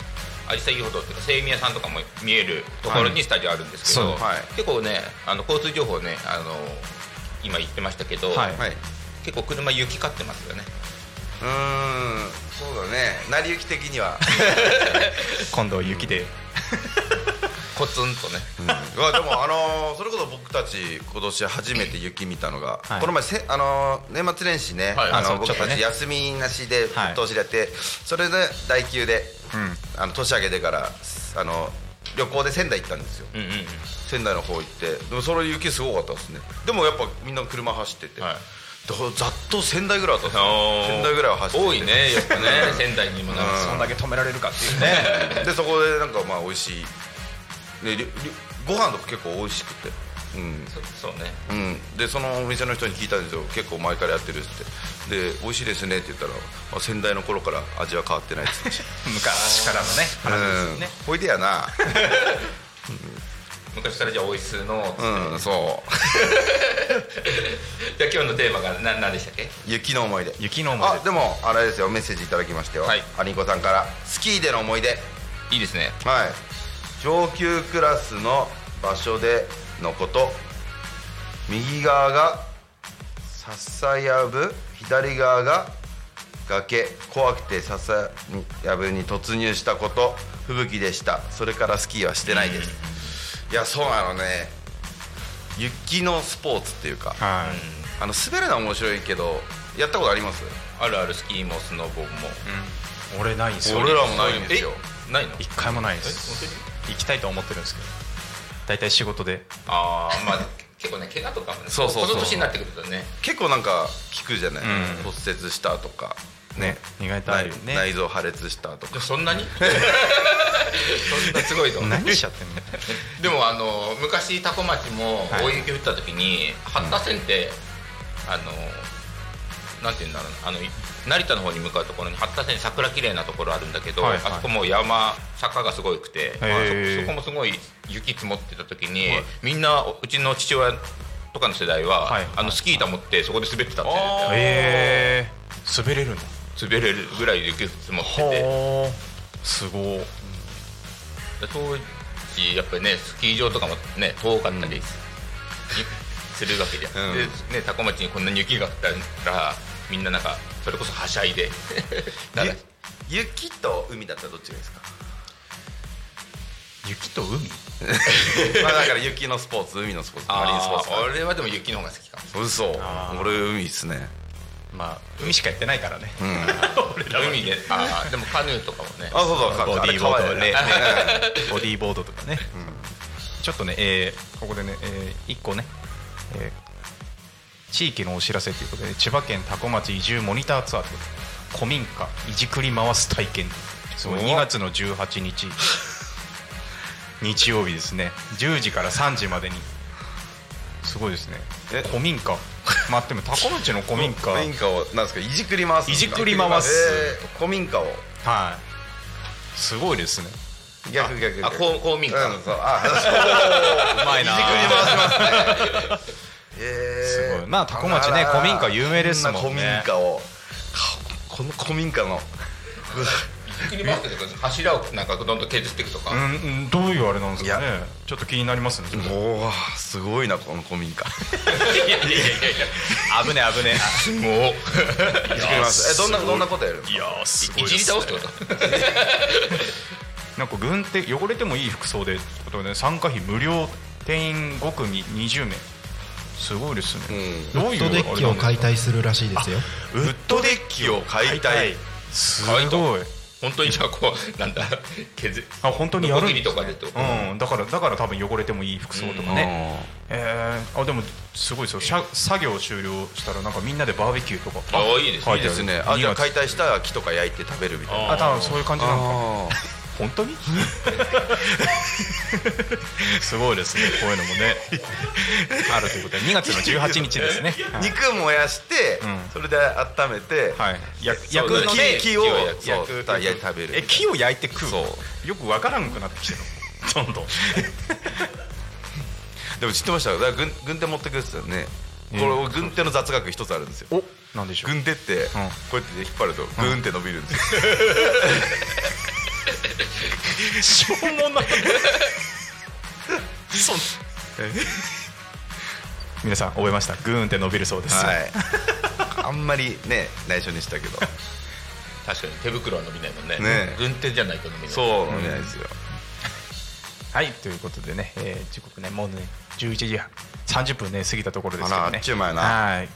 E: アジサイ歩道っていうか清宮さんとかも見えるところにスタジオあるんですけど、
C: そう
D: はい
E: 結構ねあの交通情報ねあの今言ってましたけど、
C: はい
D: はい
E: 結構車行き交ってますよね
D: うーんそうだね成り行き的には
C: 今度雪で、
E: コツンとね
D: うんうわで もあのーそれこそ僕たち今年初めて雪見たのが、
C: はい
D: この前せあのー年末年始ね、
E: はい
D: あ
C: あそ
D: の
C: う
D: 僕
C: ちょったと
D: ち
C: ね
D: 休みなしで
C: はい
D: 投資でやって、それで代休で
C: うん
D: あの年明けてからあの旅行で仙台行ったんですよ
E: うんうんうん
D: 仙台の方行ってでもそれ雪すごかったですねでもやっぱみんな車走ってて、
E: はい
D: だからざっと仙台ぐらいあったんですよ仙台ぐらいは走ってて
E: 多いねやっぱ ね仙台にもなる
D: うん
C: そんだけ止められるかっていうね
D: でそこでなんかまあ美味しいでりりご飯とか結構美味しくてうん
E: そうそうね
D: うん、でそのお店の人に聞いたんですよ結構前からやってるっつってで美味しいですねって言ったら、まあ、先代の頃から味は変わってないっ つって
C: 昔からのね話ですよね、
D: うん、おいでやな
E: 昔からじゃあおいすの、
D: うんそう
E: じゃあ今日のテーマがな何でしたっけ
D: 雪の思い出
C: 雪の思い
D: あでもあれですよメッセージいただきましたよ、
E: はい
D: アリンコさんからスキーでの思い出
E: いいですね
D: はい上級クラスの場所でのこと右側が笹やぶ左側が崖怖くて笹やぶに突入したこと吹雪でしたそれからスキーはしてないですいやそうなのね雪のスポーツっていうか
C: 出はい、
D: あの滑るのは面白いけどやったことあります
E: あるあるスキーもスノボも
C: 俺ないんですよ
D: 俺らもないんですよ
E: えないの
C: 一回もないです行きたいと思ってるんですけど大体仕事で
E: ああまあ結構ね怪我とかもね
D: そうそうそう
E: この年になってくるとね
D: 結構なんか聞くじゃない、
C: うん
D: 骨折したとかね
C: 意外とあるよね
D: 内内臓破裂したとか
E: でもそんなに そんなすごいと思う
C: 何しちゃ ってんの
E: でもあの昔タコ町も
C: はい
E: 大雪降った時に八田線って、あのなんて言うんだろうなあのい成田の方に向かうところに八田線桜綺麗なところあるんだけど、
C: はいはい
E: あそこも山坂がすごくて、
C: へー
E: そそこもすごい雪積もってた時に、みんなうちの父親とかの世代は、
C: はい
E: あのスキー板持ってそこで滑ってたって
C: えー、滑れるんだ
E: 滑れるぐらい雪積もってて
C: ほーすごい
E: で当時やっぱりねスキー場とかもね遠かったりす,、るわけじゃん、
D: うん
E: でね多古町にこんなに雪が降ったらみんななんかそれこそはしゃいでなんか
D: ゆ雪と海だったらどっちがいいですか
C: 雪と海
D: まあだから雪のスポーツ海のスポーツマリンスポーツ
E: あー俺はでも雪の方が好きかも
D: 嘘
C: あー
D: 俺海っすね
C: まあ海しかやってないからね、 俺らは
E: 海であーでもカヌーとかもね
D: あそうそうか
C: ボディーボ
D: あ
C: ー
D: れ川
C: ド
D: だよ
C: ね
D: ね
C: ボディーボードとかね、ちょっとね、えーここでね、え1個ね、えー地域のお知らせということで千葉県多古町移住モニターツアーということで古民家いじくり回す体験そう
D: お
C: 2月の18日日曜日ですね10時から3時までにすごいですね
D: え
C: 古民家まあでも多古町の古民家
D: 古民家をなんですかいじくり回す
C: いじくり回す
D: えー古民家を
C: はいすごいです ね
D: 逆逆逆
E: あ公公民館
D: うんそうあそう
C: うまいな
D: え
C: すごいまあ多古町ね古民家有名ですもんね
D: こな古民家をこの古民家の
E: 切り回してとか柱をなんかどんどん削っていくとか、
C: うんうんどういうあれなんですかね
D: い
C: ちょっと気になりますねそれ
D: おおすごいなこの古民家
C: 危ね危ね
E: も
D: い
E: う
D: じくりますえどんな
C: すごい
D: どんなことやるの
C: いやーすごい
E: い
C: です、ね、
E: じり倒すってこと
C: なんか軍手汚れてもいい服装でってことでね参加費無料定員5組20名すごいですね、
D: う
C: どう
F: ウ
C: い
F: ッド
C: う
F: デッキを解体するらしいですよ
C: ウッ
D: ドデッキを解体
C: す
E: 解
C: ごい
E: 体本当にじゃあこうなんだ削る
C: あ本当にやるんです、ね、
E: ノコギリとかでってこと
C: うんだからだから多分汚れてもいい服装とかね、
D: ね
C: えーあでもすごいですよしゃ作業終了したらなんかみんなでバーベキューとか
E: あいいですね
C: 書
D: いいですねあじゃあ解体した木とか焼いて食べるみたいな
C: あ多分そういう感じなのかな
D: あー
C: 本当に すごいですねこういうのもねあるということで2月の18日ですねはい
D: 肉燃やして
C: うん
D: それで温めて
C: はい焼く焼く
E: そう
C: の
E: ね
C: ね
D: 木木を
E: 木を焼
C: 焼
D: そう
C: く
D: た焼いて食べる
C: え木を焼いて食う
D: そ
C: よくわからんくなってきてるど んどん
D: でも知ってましただから軍軍手持ってくれてたよね
C: う
D: こ
C: ん
D: れ俺軍手の雑学一つあるんですよ
C: おなんでしょう
D: 軍手ってこうやって引っ張るとグーンって伸びるんですよ
C: しょうもないそん皆さん覚えましたグーンって伸びるそうです、
D: はい あんまりね内緒にしたけど
E: 確かに手袋は伸びないもんね
D: ね
E: 軍手じゃないと伸びない
D: そうなんですよ
C: はい、ということでね、えー時刻ね、もうね、11時30分ね、過ぎたところですけ
D: あ
C: ど
D: ら
C: ね。
D: あっちゅう間やな
C: はい。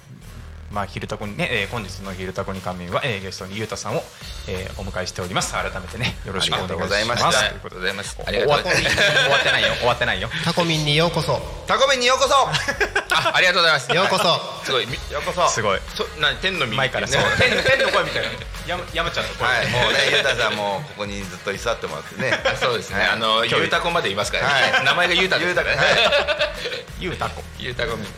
C: まあ、昼タコにね、えー本日の昼タコに仮面は、えーゲストにゆうたさんを、えーお迎えしております。改めてね、よろしくお願いします。
D: ありが
E: とうご
C: と
E: ざ
C: い
E: いました
C: うことで終わっ
E: ありがとうございま
C: 終
E: す
C: わってないよ、終わってないよ。
F: タコミンにようこそ
D: タコメンにようこそ
E: あありがとうございます
F: ようこそ
E: すごいみ
D: ようこそ
C: すごい。
E: そな天の耳
C: 前から
E: ね
C: そう
E: 天の天の声
C: みたいな。やま、やまちゃんの声。
D: はいもうねゆうたさんもここにずっと居座ってもらっ てね
E: そうですね
D: はい
E: あのゆうたこまで言いますから
D: は
E: ね名前がゆうたですからね
D: ゆうた
C: ゆうたこ。
E: ゆうたこみ
C: は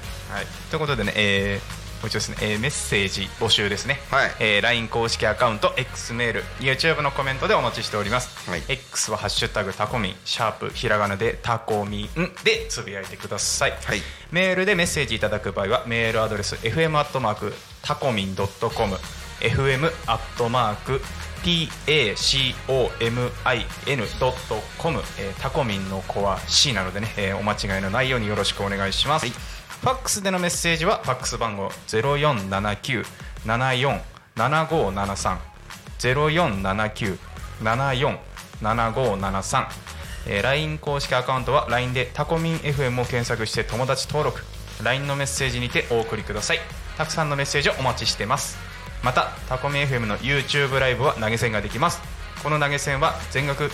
C: い、ということでね、えーもう一度ですね、えーメッセージ募集ですね、
D: はい
C: えー LINE 公式アカウント X メール YouTube のコメントでお待ちしております、
D: はい
C: X は「ハッシュタグタコミン」シャープひらがなでタコミンでつぶやいてください、
D: はい
C: メールでメッセージいただく場合はメールアドレス fm アットマークタコミンドットコム fm アットマーク tacomin.com えータコミンの子は C なのでね、えーお間違いのないようによろしくお願いします、ファックスでのメッセージはファックス番号0479747573 0479747573えー LINE 公式アカウントは LINE でタコミン FM を検索して友達登録 LINE のメッセージにてお送りくださいたくさんのメッセージをお待ちしてますまたタコミン FM の YouTube ライブは投げ銭ができますこの投げ銭は全額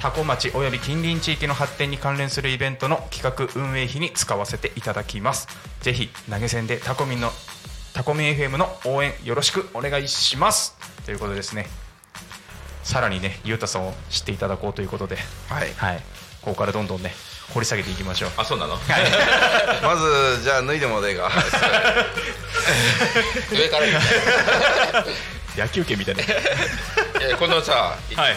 C: タコ町および近隣地域の発展に関連するイベントの企画運営費に使わせていただきますぜひ投げ銭でタコミンのタコミン FM の応援よろしくお願いしますということでですねさらにねゆうたさんを知っていただこうということで
D: はい
C: はい、ここからどんどんね掘り下げていきましょう。
E: あそうなの
D: ま ずじゃあ脱いでもらえか
E: 上から言う
G: 野球拳みたいな
E: えーこのさ
C: はいはい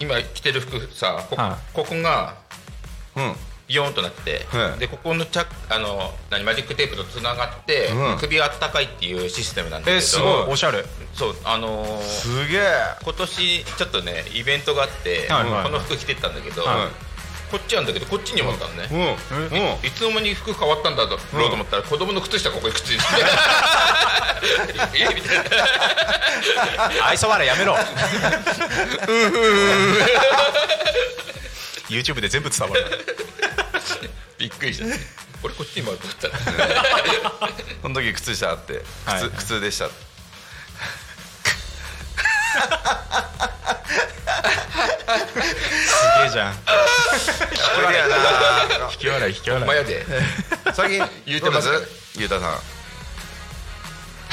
E: 今着てる服さこ,、
C: は
E: ここが
D: うん
E: ビヨーンとなって、
D: はい
E: でここのチャッあの何マジックテープとつながって、
D: うん
E: 首あったかいっていうシステムなんだけど
C: えすごいおしゃれ
E: そうあのー
D: すげえ
E: 今年ちょっとねイベントがあって、
C: はいはいはい
E: この服着てったんだけど、
C: は
E: こっちなんだけどこっちにもあったのね、
D: うんうんうん
E: いつの間に服変わったんだろうと思ったら、子供の靴下ここに靴に えみたいな
C: 愛想笑いやめ ろ YouTube で全部伝わる
E: びっくりした俺こっちにもあると思ったら
D: この時靴下あって靴,、
C: はい
D: 靴でした
C: すげえじゃん
D: これやな
C: 引き笑い引き笑
E: マ
C: い
E: ヤで
D: 最近
E: 言う
D: ど
E: て
D: うで
E: ます
D: すゆうたさん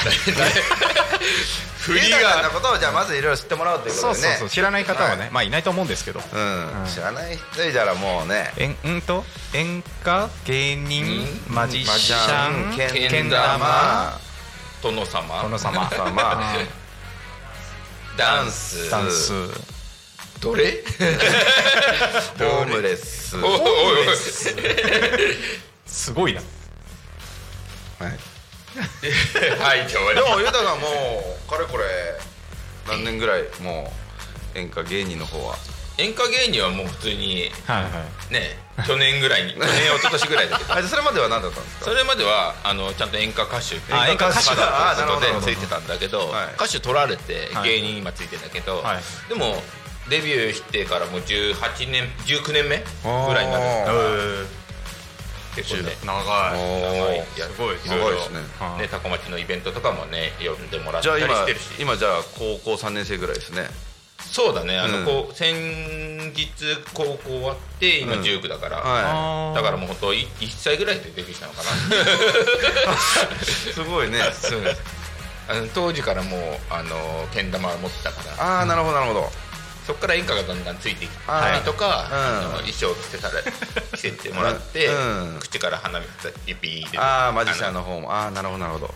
E: 振
D: ゆう
E: り
D: たさん
E: が
D: のことをじゃあまずいろいろ知ってもらおうというこ
C: そ
D: と
C: う
D: で
C: そうそう
D: ね
C: 知らない方はねまあいないと思うんですけど
D: うん知らない人いたらもうね
C: えんうんと演歌芸人マジシャン
D: けん
E: けん
C: 玉
E: 玉
D: まあ
E: 殿様
C: 殿 様
D: まあまあ
E: ダンス
C: ダンス
E: どれ
D: ホームレス
E: おい
D: は
E: おいおい
C: すごいない
E: はいじゃあ終
D: で
E: わ
D: もゆうたさんもうかれこれ何年ぐらいもう演歌芸人の方は
E: り演歌芸人はもう普通に
C: はいはい
E: ね去年ぐらいに去年一昨年ぐらいだけど
D: あじゃあそれまでは何だったんですか
E: それまではあのちゃんと演歌歌手
C: あ演歌歌手
E: 歌手だというこ
D: あなるほどなるほ
E: と
D: ど
E: でついてたんだけど
D: はい
E: 歌手取られて
C: はい
E: 芸人今ついてんだけど
C: はい
E: でもデビューしてからもう18年19年目ぐらいになる結構ね
C: 長い
D: おー
E: いや
C: すごい
D: 長いですね
C: はい
E: ねタコ町のイベントとかもね呼んでもらっ
D: じゃ
E: た
D: あ
E: り
D: 今
E: してるし
D: 今じゃあ高校3年生ぐらいですね
E: そうだねあの、
D: うん
E: こう先日高校終わって今
D: うん
E: 19だから、
D: は
E: だからもう本当い1歳ぐらいでデビューしたのか
D: いすごいね
E: なそうです あの当時からもうあのけん玉を持ってたから
D: ああなるほどなるほど
E: そこから演歌がだんだんついてき
D: は
E: た
D: い
E: りとか、
D: うん
E: あの衣装を着て たら着せてもらって、
D: うん
E: 口から鼻水でビーって
D: ああマジシャン
E: の
D: の方もああなるほどなるほど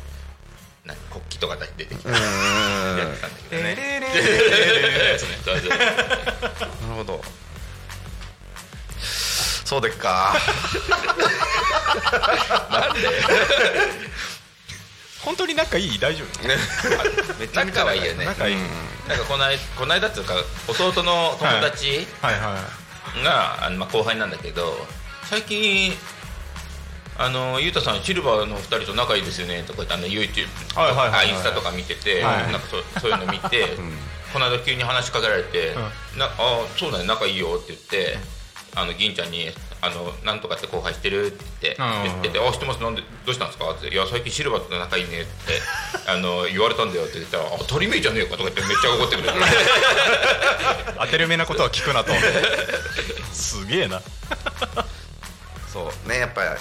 E: 何国旗とか出てき
D: う
E: た
D: ん
E: や
D: うんうんうん
E: ってたんだけどね、そうそう
D: なるほどそうでっ か
C: 本当に仲いい大丈夫
E: めっちゃ仲はいいよね
C: 仲いい
E: なんかこの間この間っていうか弟の友達
C: はいはい
E: が、あのまあ、後輩なんだけど最近あの「ゆうたさんシルバーのお二人と仲いいですよね」とか言ってあの YouTube とか、
C: はいはいはいはい
E: あインスタとか見てて、
C: はい
E: なんかそそういうの見 て、この間急に話しかけられて「なあーそうだね仲いいよ」って言って。あの銀ちゃんに「あのなんとかって後輩してる」って言って
C: うん
E: 言ってて「あ知ってますなんでどうしたんですか?」って「いや最近シルバーと仲いいね」ってあの言われたんだよって言ったら「あ当たり前じゃねえか」とか言ってめっちゃ怒ってくれて
C: 当てるめなことは聞くなとすげえな
D: そうねやっぱやっ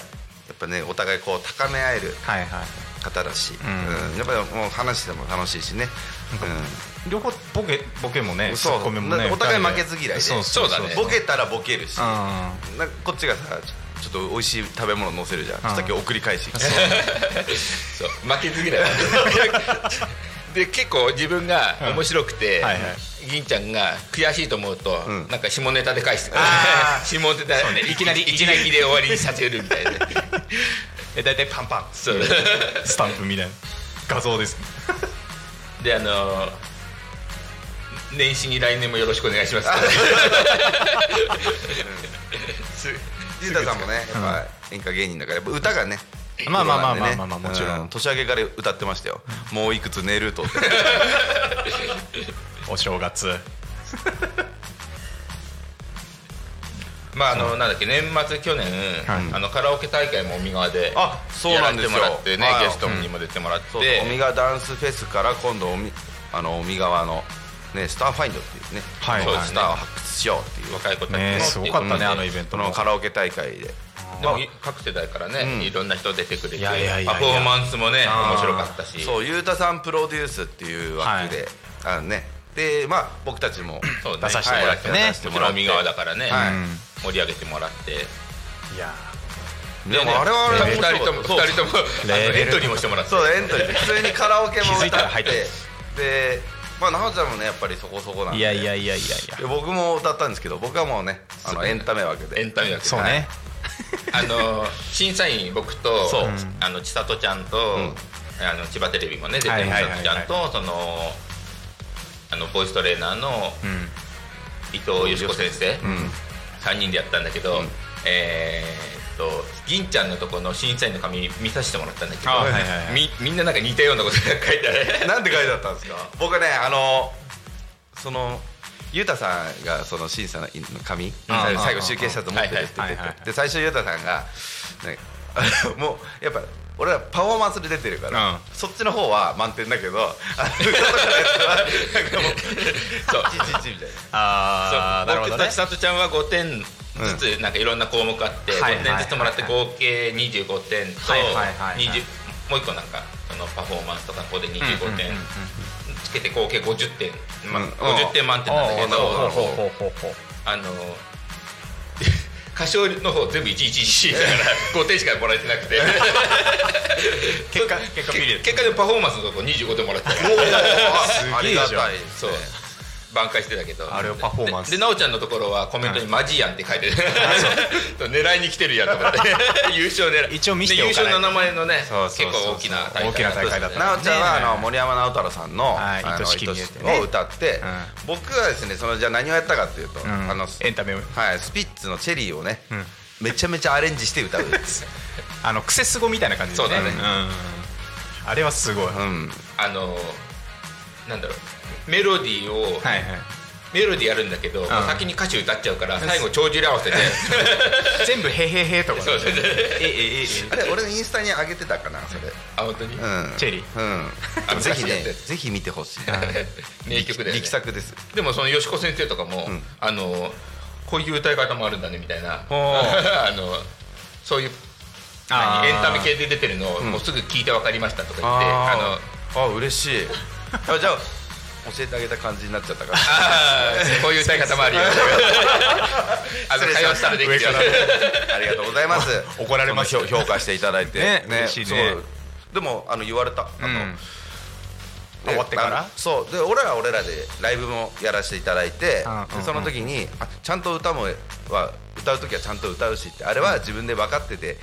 D: ぱねお互いこう高め合える
C: はいはい
D: 方だし、
C: ん
D: うんやっぱりもう話しても楽しいしね、
C: 両方ボケボケもね
D: うん、
C: ツッコミもね
D: お互い
C: 二
D: 負
C: 人で
D: けず嫌いで
C: そうそう
E: そうだね
D: ボケたらボケるし、
C: あ
D: なんかこっちがさちょちょっと美味しい食べ物乗せるじゃん、
C: ん
D: さっき送り返してきて
E: そう負けず嫌いで結構自分が面白くて、
C: んはいはい
E: 銀ちゃんが悔しいと思うと、
D: ん
E: なんか下ネタで返してくる下ネタで、いきなり一撃で終わりにさせるみたいな
C: え大体パンパン
E: そう
C: スタンプみたいな画像ですね
E: であのー年始に来年もよろしくお願いしますす
D: ゆうたさんもねやっぱ演歌芸人だからやっぱ歌がね
C: まあまあまあ
D: プロなんでね
C: まあまあまあもちろん
D: う年明けから歌ってましたよもういくつ寝るとって
C: お正月
E: まああのなんだっけ年末去年、
C: はい
E: あのカラオケ大会も尾身川で
D: あそうなんですよ
E: やらせてもらって
D: はい
E: ねゲストにも出てもらって、
D: そうそう尾身川ダンスフェスから今度おみあの尾身川のねスターファインドっていうね、
C: はい
D: そうスターを発掘しようっていう
E: 若い子たちの
C: ねすごかったねあのイベン
D: そ
C: ト
D: の
C: も
D: カラオケ大会で
E: でも各世代からね、いろんな人出てくれて
C: いやいやいやいや
E: パフォーマンスもね
C: あー
E: 面白かったし
D: そうゆうたさんプロデュースっていう枠で、あのねでまあ僕たちも
E: そうね
C: 出させてもらってね
E: はい出させてもらってもちろん尾身川だからね、
D: はい
C: うん
E: 盛り上げてもらって
C: いや
D: でもあれはあれ面白
E: 2
D: かった
E: 人とも
D: そう
E: 二人ともあの
C: レベル
E: エントリーもしてもらって
D: そうエントリーで普通にカラオケも
C: 気づいた
D: 歌
C: ら
D: っ
C: 入ってて
D: でまあ奈穂ちゃんもねやっぱりそこそこなんで
C: いやいやいやいやいや
D: で僕も歌ったんですけど僕はもうねあのエンタメ枠で
E: エンタメだけど
C: そうね
E: あの審査員僕と
D: そう
E: あの千里ちゃんと、
D: ん
E: あの千葉テレビもね出て
C: は
E: る
C: い
E: 千
C: はいはいはい
E: 里ちゃんと、そのあのボイストレーナーの
C: うん
E: 伊藤よしこ先生、
D: ん
E: 3人でやったんだけど、
D: うん
E: えーっと銀ちゃんのとこの審査員の紙見させてもらったんだけど、
C: あはいはいはい
E: みみんななんか似たようなことが書いてある
D: なんて書いてあったんですか僕ねあのそのゆうたさんがその審査の紙
C: あ
D: 最後
C: あ
D: 最後集計したと思ってるって言
C: はい
D: っ
C: はいはいは
D: て
C: い
D: で最初ゆうたさんが、ね、 あのもうやっぱ俺らパフォーマンスで出てるから、
C: うん
D: そっちの方は満点だけどあの歌とかのやつはなんかもう
E: そう
D: ちちちみたいな
C: あ ーなるほ
E: 僕
C: ど
E: と
C: ね
E: 千里ちゃんは5点ずつなんかいろんな項目あって
C: はい
E: 5点ずつもらって合計25点と
C: はいはいはいはい
E: 20もう一個なんかそのパフォーマンスとかここで
C: うんう
E: 25
C: んうん
E: 点
C: うん
E: つけて合計50点まあ
D: うん
E: 50点満点なんだけど
C: おーほうほうほうほう
E: あの 歌唱の方全部1111だから5点しかもらえてなくて
C: 結果結果見れる
E: 結果でパフォーマンスのとこ25点もらったから
D: ありがたい
E: そう挽回してたけど
C: あれはパフォーマンス
E: ででなおちゃんのところはコメントに「マジやん」って書 いてる 狙いに来てるやんと思って優勝狙い
C: 一応見せてお
E: で
C: か
E: 優
C: ない
E: 勝の名前のね
C: そうそうそうそう
E: 結構大きな大会
C: 大きな大会だった
D: なおちゃんは、あの森山直太朗さんの「
C: はい
D: あの
C: 愛しき
D: 愛
C: 見
D: し
C: え
D: き
C: てね
D: を歌って、僕はですねそのじゃあ何をやったかっていうと、
C: うん
D: あの
C: エンタメを
D: はい、スピッツの「チェリー」をね、
C: うん
D: めちゃめちゃアレンジして歌う、
C: あのクセスゴみたいな感じで
E: そうだね
C: んんうんあれはすごいは
D: うん、
E: あのなんだろうメロディーを、
C: いはい
E: メロディーやるんだけど、もう先に歌詞歌っちゃうから最後帳尻合わせで
C: 全部へへへとか
E: そうそうそう
C: えええええ
D: あれ俺のインスタに上げてたかなそれ、
E: あ本当に、
D: うん、
C: チェ リー
D: うん
E: あ
D: ぜひ
E: 昔やっ
D: ね
E: て
D: ぜひ見てほしい
E: 名曲だよね
D: 力作です
E: でもその吉子先生とかも、
D: ん
E: あのこういう歌い方もあるんだねみたいな あのそういう
C: あ
E: 何
C: ー
E: エンタメ系で出てるのを、
D: ん
E: もうすぐ聞いて分かりましたとか言ってあの
D: のあ嬉しいあじゃあ教えてあげた感じになっちゃった から
E: あーこういう歌い方もあるよ
D: 失礼しまし
E: あの会話したたらできるよ
C: 上から
D: ありがとうございます。
C: 怒られます
D: この評評価していただいて
C: ね嬉しいね
D: そうでもあの言われた。あの
C: うん
D: で
C: 終わってから
D: あのそうで俺らは俺らでライブもやらせていただいて
C: うんうんうん
D: でその時にあちゃんと歌もは歌う時はちゃんと歌うしってあれは自分で分かってて、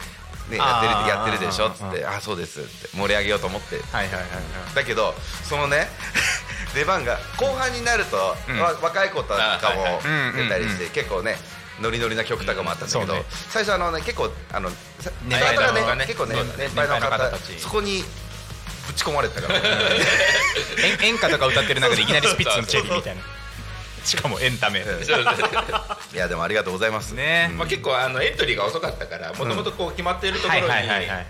D: ね、やって
C: あ
D: る
C: ー
D: やってるでしょっつっ
C: うんうん
D: てあそうですって盛り上げようと思って
C: はいはいはい
D: だけどそのね 出番が後半になると、
C: うん
D: わ若い子とか
E: あはいはい
D: も出たりして、
C: うんうん
D: 結構ねノリノリな曲とかもあったんだけ
C: そ
D: ど、
C: うね
D: 最初あのね結構あのさ
C: 年配の
D: 方
C: 方
D: がね
C: がね
D: 結構ね
C: そうだね
D: 年配の方
C: 年配の方たち
D: そこにぶち込まれてた から、
C: え演歌とか歌ってる中でいきなりスピッツのチェリーみたいなしかもエンタメ
E: そうそう
D: いやでもありがとうございます
C: ね
E: まあ、結構あのエントリーが遅かったからもともとこう決まってるところ
C: はい
E: に
C: はいはいはい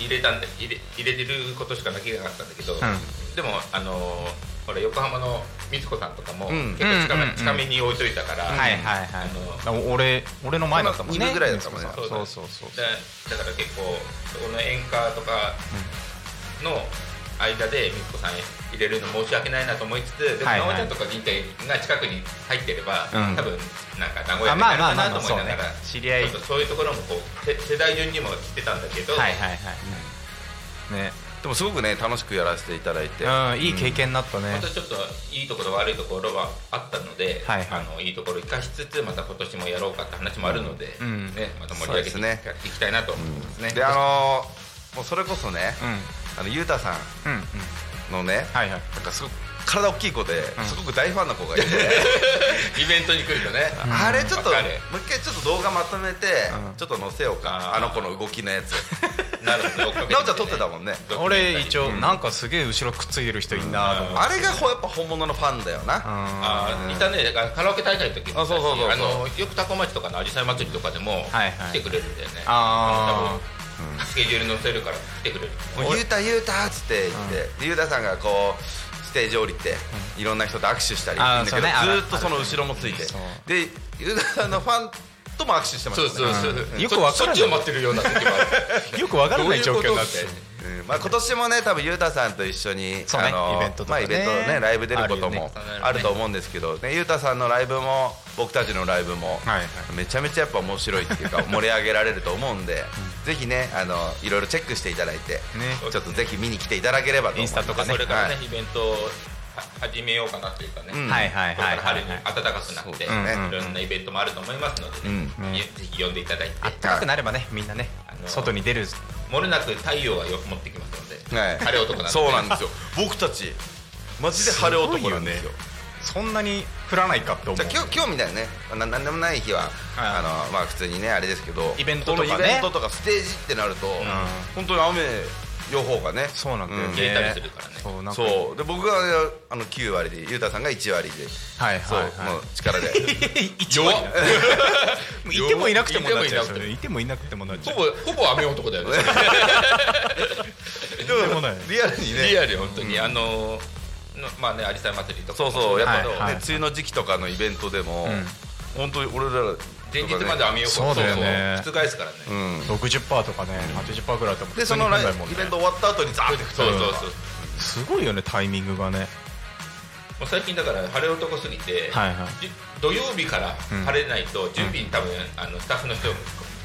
E: 入れたんだ入れ入れてることしかできなかったんだけど、
C: ん
E: でもあのほら横浜の美津子さんとかも
D: ん
E: 結構近
C: うんうんう
E: め
C: ん
E: 近めに置いといたから、
C: はいはい
E: あの
C: はいお俺俺の前だったもん
D: この
C: ね
D: 二部ぐらいだったもんね
C: そうそうそうそう
E: だだから結構そこの演歌とかの間でみつこさん入れるの申し訳ないなと思いつつでも
C: はいはい
E: 直ちゃんとか銀ちゃんが近くに入ってれば、
C: うん
E: 多分なんか名古屋
C: あ
E: にな
C: まあ
E: る
C: ま
E: か
C: あまあ
E: な
C: ま
E: と
C: あ
E: 思いなが
C: そ
E: ら
C: うね知り合い
E: そうそうそういうところもこうせ世代順にも来てたんだけど、
C: はいはいはいね
D: でもすごくね楽しくやらせていただいて、
C: うんいい経験になった
E: ま
C: ね
E: たちょっといいところ悪いところはあったので、
C: はいはい
E: あのいいところ生かしつつまた今年もやろうかって話もあるので、
C: うん
E: ね、また盛り上げて
D: そう
E: い,、
D: です
E: いきたいなと思いますね。
D: であのーもうそれこそね、
C: うん
D: あのゆうたさん
C: うんうん
D: のね、
C: はいはい
D: なんかすごく体大きい子で、
C: ん
D: すごく大ファンの子がいて、
E: イベントに来るとね、
D: あれちょっとも
E: わ
D: う
E: かる
D: 一回ちょっと動画まとめて、
C: うん
D: ちょっと載せようか
E: あー
D: あの子の動きのやつ
E: なるほど追っかけてみて ね
D: なおちゃん撮ってたもんね
C: 俺一応なんかすげえ後ろくっついてる人いんなと思って
D: あれがほやっぱ本物のファンだよな
C: あ
E: あーいたねだからカラオケ大会の時もいたし
D: あそうそうそうそう
E: あのよくタコ町とかのアジサイ祭りとかでも
C: はいはい
E: 来てくれるんだよね、
C: あ
E: 多分スケジュール載せるから来てくれる
D: 「もうゆうたゆうた」っつって言ってでゆうたさんがこうステージ降りていろんな人と握手したり
C: あー
D: いいんだけ
C: そ
D: ど
C: うねあ
D: ず
C: ら
D: ーっとその後ろもついて
C: そう
D: でゆうたさんのファンとも握手してま
E: そう
D: した
E: そう
D: ね
E: そう、
C: うんよくわからない
E: そそっちを待ってるような時もある
C: よくわからない状況になって
E: どういうこ
D: うんまあ今年もね多分ゆうたさんと一緒に
C: そうね
D: あの
C: イベントとかね
D: まあイベントねライブ出ることも
C: あるよね
D: あると思うんですけどねゆうたさんのライブも僕たちのライブも
C: はいはい
D: めちゃめちゃやっぱ面白いっていうか盛り上げられると思うんでぜひねあのいろいろチェックしていただいて
C: ね
D: ちょっとぜひ見に来ていただければと思います
C: インスタとかね
E: それからね、
D: は
E: イベントをは始めようかなというかね、
D: うん
C: はいはい
E: こ
C: はい
E: れから
C: は
E: 春
C: い
E: に
C: はい
E: 暖かくなって、
D: そうね
C: うんうん
E: いろんなイベントもあると思いますので、ね
C: うん
E: ねぜひ呼んでいただいて、
C: あったかくなればねみんなね
E: あの
C: 外に出る
E: もれなく太陽がよく持ってきますので、
D: はい
E: 晴れ男なんで、
D: そうなんです よ僕たちマジで晴れ男なんですよ
C: そんなに降らないかって思う
D: じゃあ今日今日みたいなねななんでもない日は、あのまあ普通にねあれですけど
C: イベントとかね
D: このイベントとかステージってなると、本当に雨予報がね
C: そうなんだよね
E: 消えたりするからね
C: そうなんか
D: そうで僕があの9割でゆうたさんが1割で、
C: はい
D: そう、
C: はい
D: も
C: は
D: う力で
E: 弱っ
C: いいてもいなくてもなっちゃう
E: いてもいなくても
C: それいてもいなくてもなっちゃ
E: ほ
C: う
E: ぼほぼ雨男だよね
C: いてもない
D: リアルにね
E: リアルよ本当に、あののまあねアリサイ祭りとか
D: そう
E: も
D: そうやっぱ、
C: はい
D: ね
C: はい
D: 梅雨の時期とかのイベントでも、
C: ん
D: 本当に俺らとかね、
E: 前日まで雨予報
C: そうだよね
E: そうそう覆すからね、
D: うん
C: 60%とかね80%ぐらいだと思う
D: でそのライ
C: 普通に考えるも
D: イ
C: んね
D: ベント終わった後にザーって降ってく
E: そう
D: る
E: そうそう
C: すごいよねタイミングがね
E: もう最近だから晴れ男すぎて、
C: はいはい
E: じ土曜日から晴れないと準備に多分、あのスタッフの人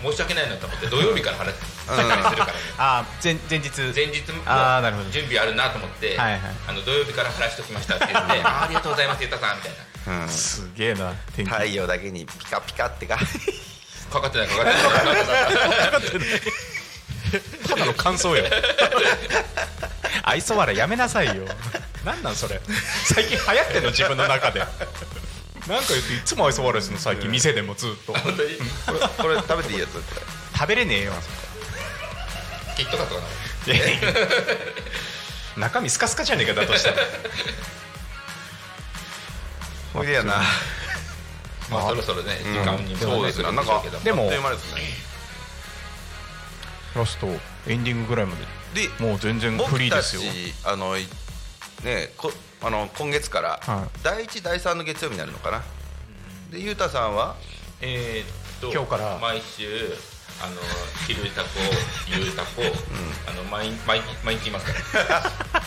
E: 申し訳ないなと思って土曜日から晴れたりするからね
C: あー前前日
E: 前日も
C: あーなるほど
E: 準備あるなと思って、
C: はいはい
E: あの土曜日から晴らしておきましたって言ってあーありがとうございますゆたさんみたいな
D: うん
C: すげえな天気
D: 太陽だけにピカピカってか
E: かかってないかかってない
C: ただの感想よ 愛想笑いやめなさいよなんなんそれ最近流行ってんの自分の中でなんか言っていつも愛想笑いするの最近店でもずっと
E: 本当に
D: これこれ食べていいやつだった
C: 食べれねえよ
E: きっとかとかな
C: 中身スカスカじゃねえかだとしたら
D: おいでやな
E: まあそろそろね時間にも
D: そうですね
E: ね
D: なんか
C: でも
D: あっという間ですね
C: ラストエンディングぐらいま
D: で
C: でもう全然フリーですよ
D: 僕たちあのいねこあの今月から、
C: は
D: 第一第三の月曜日になるのかなでゆうたさんは
E: えーっと
C: 今日から
E: 毎週あの昼タコ夕タコ、あの毎毎日毎日いますから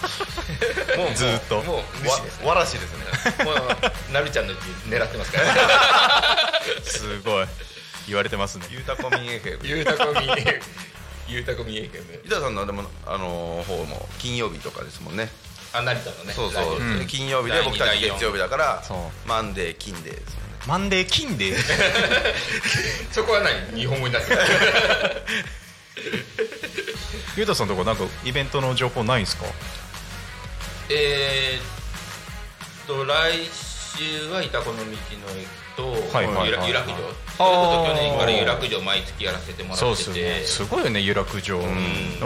D: もう
C: ずーっと
E: もう
D: わ
E: 無視ですね
D: わらしですね
E: もうなるちゃんのうち狙ってますから
C: すごい言われてますね
D: ゆうたこみ FM
E: ゆうたこみゆうたこみ FM
D: ゆうたさんのでもあの方も金曜日とかですもんね
E: あ成田のね
D: そうそう、
E: ライブ
D: 金曜日で僕たち
E: 第二
D: 月曜日だから
C: そう
D: マンデー金デーですもんね
C: マンデー金デー
E: そこは何日本語になってる
C: ゆうたさんのとこなんかイベントの情報ないんすか
E: えーっと来週は板子の道の駅と、
C: はいはいはいはい
E: 有楽有楽町それこそ去年から有楽町毎月やらせてもら
C: そう
E: っ
C: っす
E: て
C: よ
E: て、
C: ねすごいよね有楽町
E: ん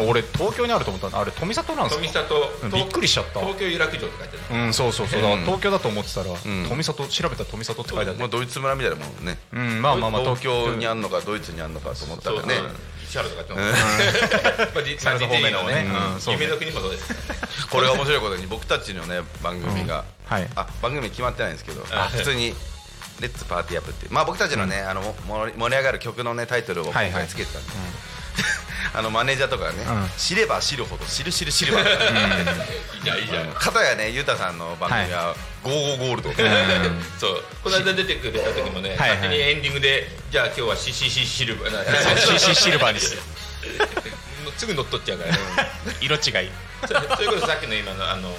C: 俺東京にあると思ったのあれ富里なんすか
E: 富里
C: うん
E: 東
C: びっくりしちゃった
E: 東京有楽町って書いてある
C: うんそうそうそうだから
D: うん
C: 東京だと思ってたら
D: ん
C: 富里調べたら富里って書いてあって
D: もうドイツ村みたいなもんね
C: うんまあまあまあ
D: 東京にあ
C: ん
D: んのかドイツにあんのかと思った
E: そう
D: ら
E: そう
D: ね
E: 石原とかって まあ実際
C: 方面のねうんそうね
E: 夢の国もそうです
D: これが面白いことに僕たちのね番組が、
C: はい
D: あ番組決まってないんですけど
E: あ
D: 普通に「レッツパーティーアップ」っていうまあ僕たちのね、あのも盛り盛り上がる曲のねタイトルを今
C: はいはい
D: 回つけてたんで、 あのマネージャーとかがね、
C: うん
D: 知れば知るほど知る知る知るばっかり
E: いいじゃんいいじゃん
D: 片やねゆうたさんの番組は「ゴーゴーゴールド」とか
E: そうこの間出てくれた時も
C: は
E: ね
C: いはい
E: 勝手にエンディングでじゃあ今日は CCC シルバーな
C: CC シルバーにして
E: すぐ乗っ取っちゃう からね
C: 色違い
E: それそれこそさっきの今のあの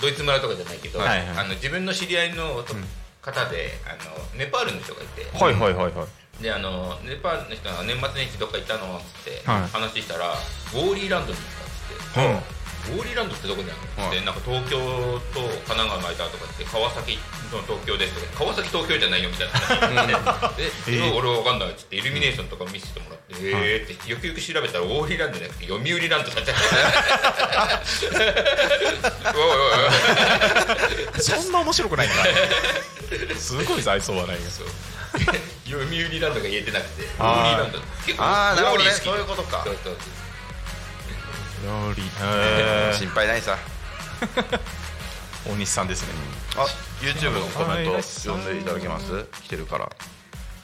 E: ドイツ村とかじゃないけど、
C: はいはい
E: あの自分の知り合いのと方で、あのネパールの人がいて、
C: はいはいはいはい
E: であのネパールの人が年末年始どっか行ったのっつって
C: はい
E: 話したら、ウォーリーランドに行ったっつ
C: うん
E: ってウォーリーランドってどこにあるのっ
D: は
E: て、
D: い
E: なんか東京と神奈川の間とかって川崎の東京ですとか川崎東京じゃないよみたいな話で
C: えー
E: で俺わかんないっつってイルミネーションとか見せてもらって、えーってよくよく調べたらウォーリーランドじゃなくて読売ラン ドだったおいおいおい
C: そんな面白くないんだすごい愛想笑いが
E: そう読売ランドが言えてなくてウォーリー
C: あー
E: ランド結構
D: あーなるほどね
E: ウォーリー好き
D: そういうことか
E: そうそう
C: 料理へ
D: 心配ないさ
C: ー大西さんですね
D: あ YouTube のコメント読んでいただけます来てるから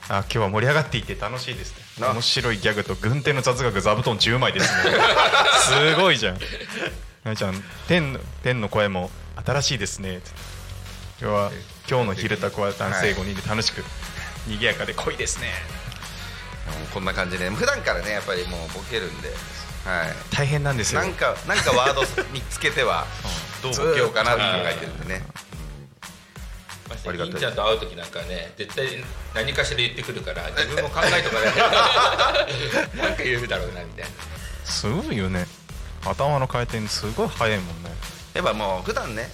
C: あ今日は盛り上がっていて楽しいですね
D: な
C: 面白いギャグと軍手の雑学座布団10枚です ねすごいじゃんなみちゃん天の天の声も新しいですね今日は今日の昼タコは男性5人で楽しく賑やかで濃いですね
D: こんな感じで普段からねやっぱりもうボケるんではい
C: 大変なんですよ
D: なんかなんかワード見つけてはどうボケようかなって考えてるんでね
E: まして
D: ありがたい
E: 銀ちゃんと会う時なんかね絶対何かしら言ってくるから自分も考えとかないとなんか言うだろうなみたいな
C: すごいよね頭の回転すごい早いもんね
D: やっぱもう普段ね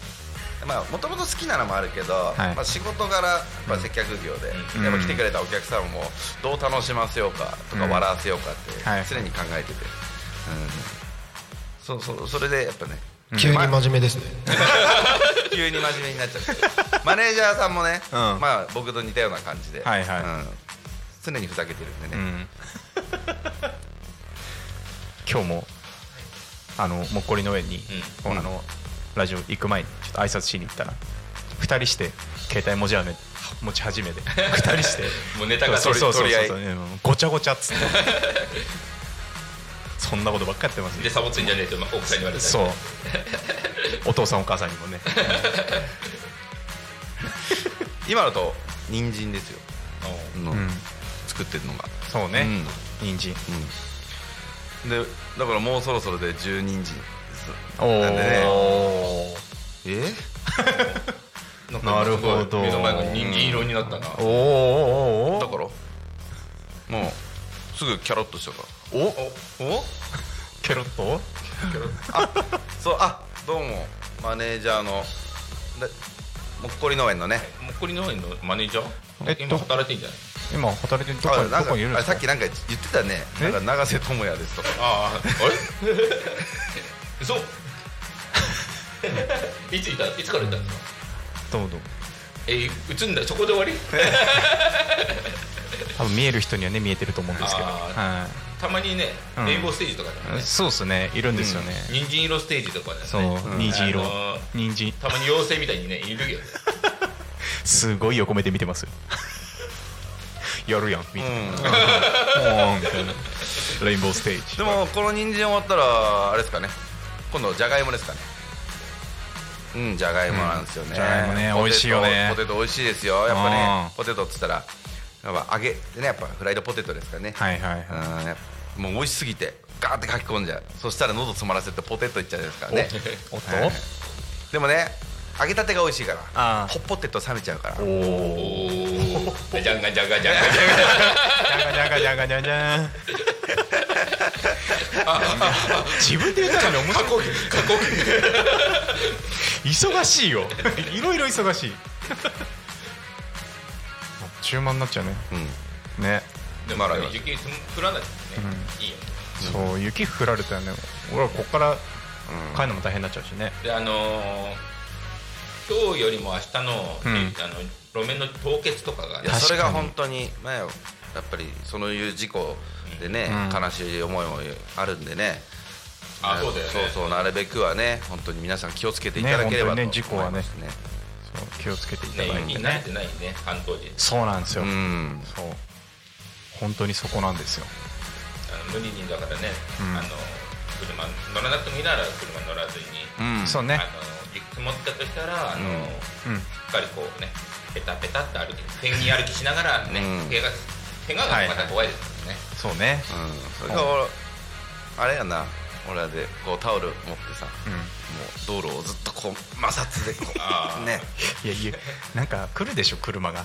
D: まあもともと好きなのもあるけど、
C: い
D: まあ、仕事柄やっぱ接客業で、
E: うん
D: やっぱ来てくれたお客さんもどう楽しませようかとか
C: うん
D: 笑わせようか
C: は
D: っ
C: い
D: て常に考えてて、うん、そそそれでやっぱね
F: 急に真面目ですね
D: 急に真面目になっちゃってマネージャーさんもね、
C: うん
D: まあ、僕と似たような感じで、
C: はいはい
D: うん常にふざけてるんで
C: う
D: ね、
C: ん今日もあのもっこり農園に、
D: うん
C: こうあのラジオ行く前にちょっと挨拶しに行ったら2人して携帯文字飴持ち始めて2人して
E: もうネタが取り
C: そうそう
E: 取り合い
C: そうそううんごちゃごちゃっつって そんなことばっかやってますね
E: でサボつんじゃねえとまあ奥さんに言われたり
C: そうお父さんお母さんにもね
D: 今だと人参ですよ、
E: う
D: の
C: うん
D: 作ってるのが、
C: そうね、人参
D: うんでだからもうそろそろで10人参
C: おお、
D: なんでえ
E: んなんか
C: なるほど
E: 目の前が人間色になったな
C: おーおーおー
D: だ
C: お
D: からもうすぐキャロッとしたから
C: おおケロッと
D: そうあどうもマネージャーのだもっこり農園のね
E: もっこり農園のマネージャー、
C: えっと
E: 今働いてんじゃない
C: 今働いてるとこ
D: あなん
C: ど
D: か
C: こにいるん
D: あ
C: で
D: れ
C: すか
D: さっきなんか言ってたね
C: え
D: なんか永瀬智也ですとか
E: あああれ 嘘 いついたいつからいたんですか
C: どうもどうも
E: え打つんだそこで終わり
C: 多分見える人にはね見えてると思うんですけど、
E: あ
C: は
E: たまにね
C: うん
E: レインボーステージとかでも
C: い、
E: ね
C: そうですねいるんですよね、
E: 人参色ステージとかで
C: そう
E: ね
C: 虹色
E: あのー
C: 人参
E: たまに妖精みたいにねいるよね
C: すごい横目で見てますよ やるやんみたいな、うんみたいなレインボーステージ
D: でもこの人参終わったらあれですかね今度じゃがいもですかねうんじゃがいもなんですよね、
C: うんじゃがいもね
D: ポテト
C: 美味しいよね
D: ポテト美味しいですよやっぱ
C: うん
D: ねポテトっつったらやっぱ揚げてねやっぱフライドポテトですかね
C: はいはいはい
D: うんやっぱもう美味しすぎてガーって書き込んじゃうそしたら喉詰まらせてポテトいっちゃうですからね
C: おっと、
D: はいでもね揚げたてが美味しいか
C: あ
D: ら
C: ー
D: ホッポテト冷めちゃうから
C: お
E: お
C: お
E: おじゃんがじゃんがじゃんがじ
C: じゃがじゃがじゃがじゃがじゃん 自分で言ったの面
E: ゃん過
C: 白
E: 去期過去期
C: い 忙しいよいろいろ忙 しい中間になっちゃうね
D: うん
C: ね
E: で
D: ま
E: も
D: あ
E: 雪降らないですねいいよね
C: そう雪降られたよね俺はここから帰るのも大変になっちゃうしね
E: であのー今日よりも明日の
C: うん
E: あの路面の凍結とかが
D: い
C: 確
D: や
C: かに
D: それが本当にねやっぱりそのいう事故でね、
C: うん
D: 悲しい思いもあるんでね
E: あそうだよね
D: そうそうなるべくはね本当に皆さん気をつけていただければと思
C: ね
D: い
C: 本当にね
D: ます
C: 事故はね
D: ね
C: そう気をつけていただ
E: ね
C: い
E: 雪
C: て
E: に慣れ
C: ね
E: てないね関東人
C: そうなんですよ、
D: うん
C: そう本当にそこなんですよ
E: あの無理にだからね
C: うん
E: あの車乗らなくてもいいなら車乗らずに
D: うん
C: そう
E: あ
C: ね
E: の雪積もったとしたらあの
D: うん
C: うん
E: しっかりこうねペタペタって歩きペンギン歩きしながらね、
D: うん
E: 怪我怪我がまた怖いですからね、
C: そうね
D: うんそれが俺あれやな俺らでこうタオル持ってさ
C: うん
D: もう道路をずっとこう摩擦でこ
E: あ
D: う
E: ー
D: ね
C: いやいやなんか来るでしょ車 が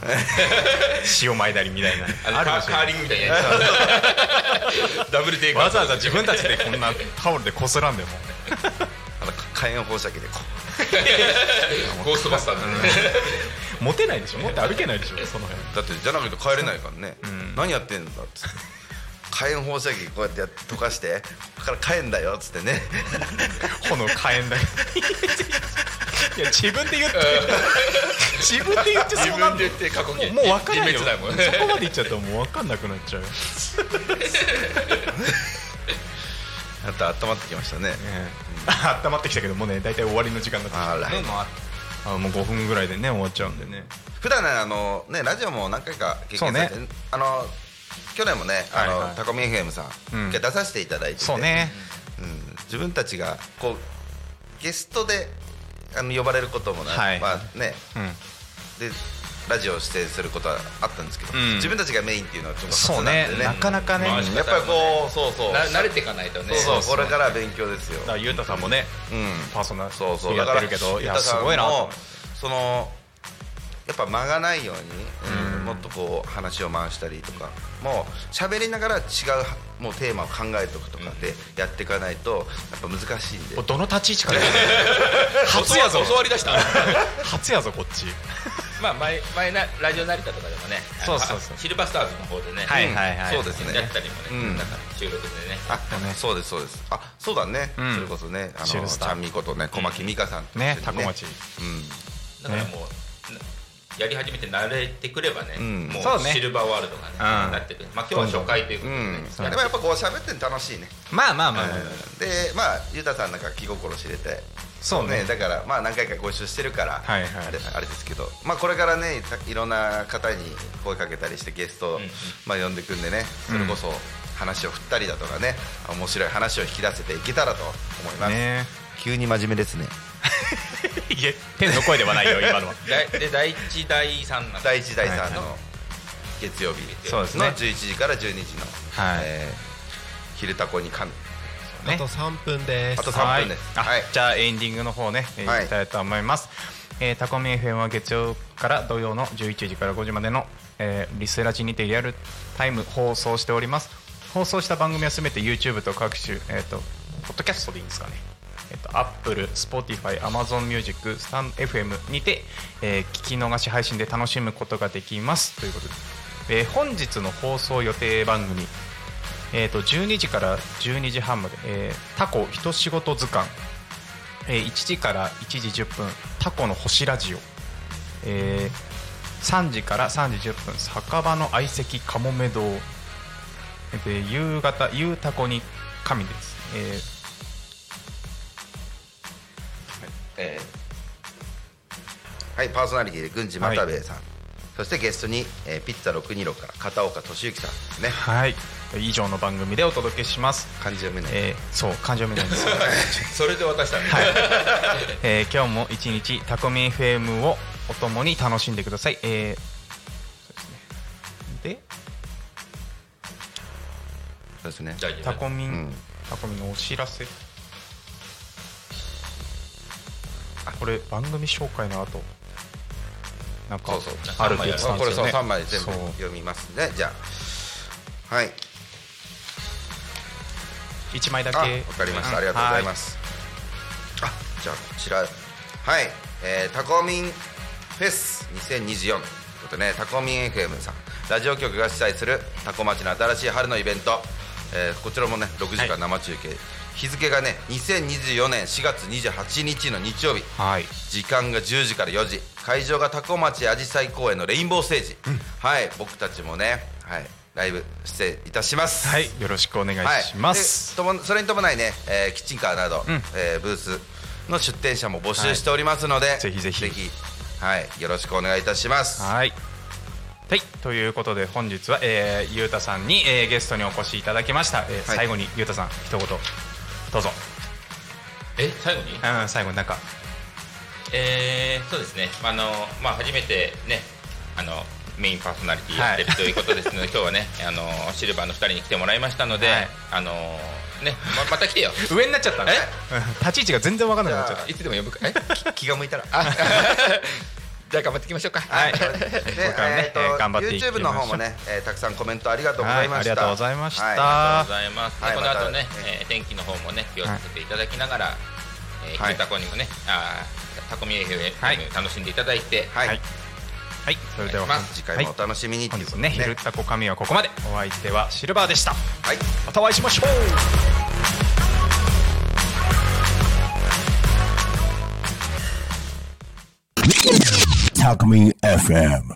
C: 潮前だりみたいな
E: あのカ
C: あるで
E: ーカ
C: しょ
E: ーリングみたいなやつダブルテイクアウ
C: わ
E: ト
C: ざわざ自分たちでこんなタオルでこすらんでも
D: あの火炎放射器でこう
E: ゴーストバスターズのね
C: 持てないでしょ持って歩けないでしょその辺
D: だってじゃなくて帰れないからね、
C: ん
D: 何やってんだっつって 火炎放射器こうやってやっ溶かしてここから帰んだよっつってね
C: 炎火炎だ けいや自分で言って自分で言ってそうなんだよ
E: 自分で言って過去形
C: もう分かんないよ
E: 自滅だもん
C: そこまでいっちゃったらもう分かんなくなっちゃうよ、
D: あと温まってきましたね
C: あ温まってきたけどもうね大体終わりの時間になってき
D: あら
C: た、ねもうああもう5分ぐらいでね終わっちゃうんでね
D: 普段ねあのねラジオも何回か経
C: そう
D: 験
C: ね
D: されて、あの去年もねあ
C: はいは
D: の
C: い
D: タコミ FM さん
C: うん
D: 一回出させていただいてて
C: そうね
D: うん自分たちがこうゲストであの呼ばれることもな
C: はい
D: まあね
C: うん
D: でラジオを指定することはあったんですけど、
C: うん
D: 自分たちがメインっていうのはちょっと初
C: そ
D: な
C: うん
D: でね
C: ねなかなかね
E: まあ
C: だ
D: うん
C: か
D: やっぱりこうそうそう
E: な慣れていかないとね
D: そ
C: そ
D: うそううこれから勉強ですよ
C: らゆうたさんもね
D: うん
C: パーソナル
D: そうそう
C: や
D: だ
C: っ
D: から
C: てるけどい
D: ゆ
C: や
D: た
C: す
D: さん
C: ごいなと思
D: も
C: って
D: そのやっぱ間がないように、うんもっとこう話を回したりとかもう喋りながら違うもうテーマを考えとくとかでやっていかないとやっぱ難しいんで、
C: これどの立ち位置からやる 初
E: 初
C: や
E: や
C: ぞ
E: ぞ教わりだした
C: 初やぞこっち
E: まあ前前なラジオ成田とかでもねあ
C: そ
E: の
C: うそうそう
E: シルバースターズの方でね
C: はい
E: うん
C: はいはい
D: そうですね
E: やったりもね、
D: うん
E: なんか収録でね
D: あそうですそうですあそうだね、
C: うん
D: それこそねあの
C: シ
D: ち
C: ュルスター
D: ゃんみことね小牧美香さんと
C: ね
D: 一緒
C: タ
D: に
C: コ町
D: うん
E: だからもう、なやり始めて慣れてくればね、
D: うん
E: も
C: そう
E: う
C: ね
E: シルバーワールドがね、
C: うん
E: なってくるまあ今日は初回ということでね、
D: うん、でもやっぱこう喋ってんの楽しいね、
C: まあまあまあまあ
D: でまあゆうたさんなんか気心知れて
C: そうね
D: だからまあ何回かご一緒してるから、
C: はいはい
D: あれあれですけどまあこれからねたいろんな方に声かけたりしてゲストを、
E: んうん
D: まあ、呼んでくんでねそれこそ話を振ったりだとかね面白い話を引き出せていけたらと思います、
C: ね
D: 急に真面目ですね
C: いえ天の声ではないよ今 のは
E: だいで第一第三なんで
D: 第1第3の月曜日
C: そうですね
D: の11時から12時の、
C: はい
D: えー昼タコにかん
F: あと3分です
D: あと3分です
C: はい
D: はい
C: あじゃあエンディングの方ねえー
D: はい
C: いきたいと思いますえータコミ FM は月曜から土曜の11時から5時までのえーリスラジにてリアルタイム放送しております放送した番組はすべて YouTube と各種えっとポッドキャストでいいんですかねえっと Apple、Spotify、Amazon Music、スタン FM にて、えー聞き逃し配信で楽しむことができますということで、えー本日の放送予定番組えー、と12時から12時半まで、えータコ一仕事図鑑、えー1時から1時10分タコの星ラジオ、えー3時から3時10分酒場の相席かもめ堂で夕方「ゆうたこに神」です、えー
D: えーはいパーソナリティで郡司又兵衛さん、そしてゲストに、えーピッツァ626から片岡俊之さんですね
C: はい以上の番組でお届けします、
D: 漢字読めない、
C: えーそう感情面なん ですよ
E: それで渡したんで、
C: えー今日も一日タコミ FM をお供に楽しんでください。えーそうですね
D: そうですね
E: じゃあ
C: でタコミン、
D: うん
C: タコミンのお知らせあこれ番組紹介の後なんか
D: そうそう
C: あるって言ってたん
D: こ
C: です
D: れそ
C: よ
D: う
C: ね
D: 3枚全部
C: そう
D: 読みますねじゃあはい
C: 一枚だけ
D: あわかりました、
C: ん
D: ありがとうございますあじゃあこちらはい、えータコミンフェス2024ということでねタコミン FM さんラジオ局が主催するタコ町の新しい春のイベント、えーこちらもね6時間生中継、日付がね2024年4月28日の日曜日
C: はい
D: 時間が10時から4時会場が多古町あじさい公園のレインボーステージ、はい僕たちもね、はい、ライブ出演いたします
C: はい、よろしくお願い
D: はい、
C: します、
D: でともそれに伴いね、えーキッチンカーなど、
C: ん
D: えーブースの出店者も募集しておりますので、
C: ぜひぜひ
D: はい、よろしくお願いいたします。
C: はい。はい、ということで本日は、えー、ゆうたさんに、えーゲストにお越しいただきました、えー最後にゆうたさん一言どうぞ、
E: え最後に
C: うん、最後になんか
E: えー、そうですね、あのまあ、初めてねあのメインパーソナリティやってるということです ので、今日はねあのシルバーの2人に来てもらいましたので、
C: はい
E: あのねままた来てよ
C: 上になっちゃったね
E: え
C: うん立ち位置が全然わかんなくなっちゃっ
E: いつでも呼 ぶかえ
D: 気が向いたら。
E: あじゃあ頑張っていきましょうか
C: たはい、
D: で
C: これからね、
D: えーと
C: えー頑張っていきましょう
D: YouTube の方もね、えーたくさんコメントありがとうございました。
C: はいありがとうございました
D: は
E: ありがとうございます、で
D: はい
E: この後ね
D: また、
E: えー天気の方もね気をつけていただきながら、えー、
D: はい
E: ひたこにもねあータコミエフ
C: はい
E: 楽しんでいただいて、
D: い、
C: はいはい、それでは
E: お願いし
D: 次回もお楽しみにって
C: 本
D: いうこ
C: 日
D: と
C: の
D: で
C: ね、ひるたこ神はここまでお相手はシルバーでした
D: はい。
C: またお会いしましょう
B: Talk Me FM.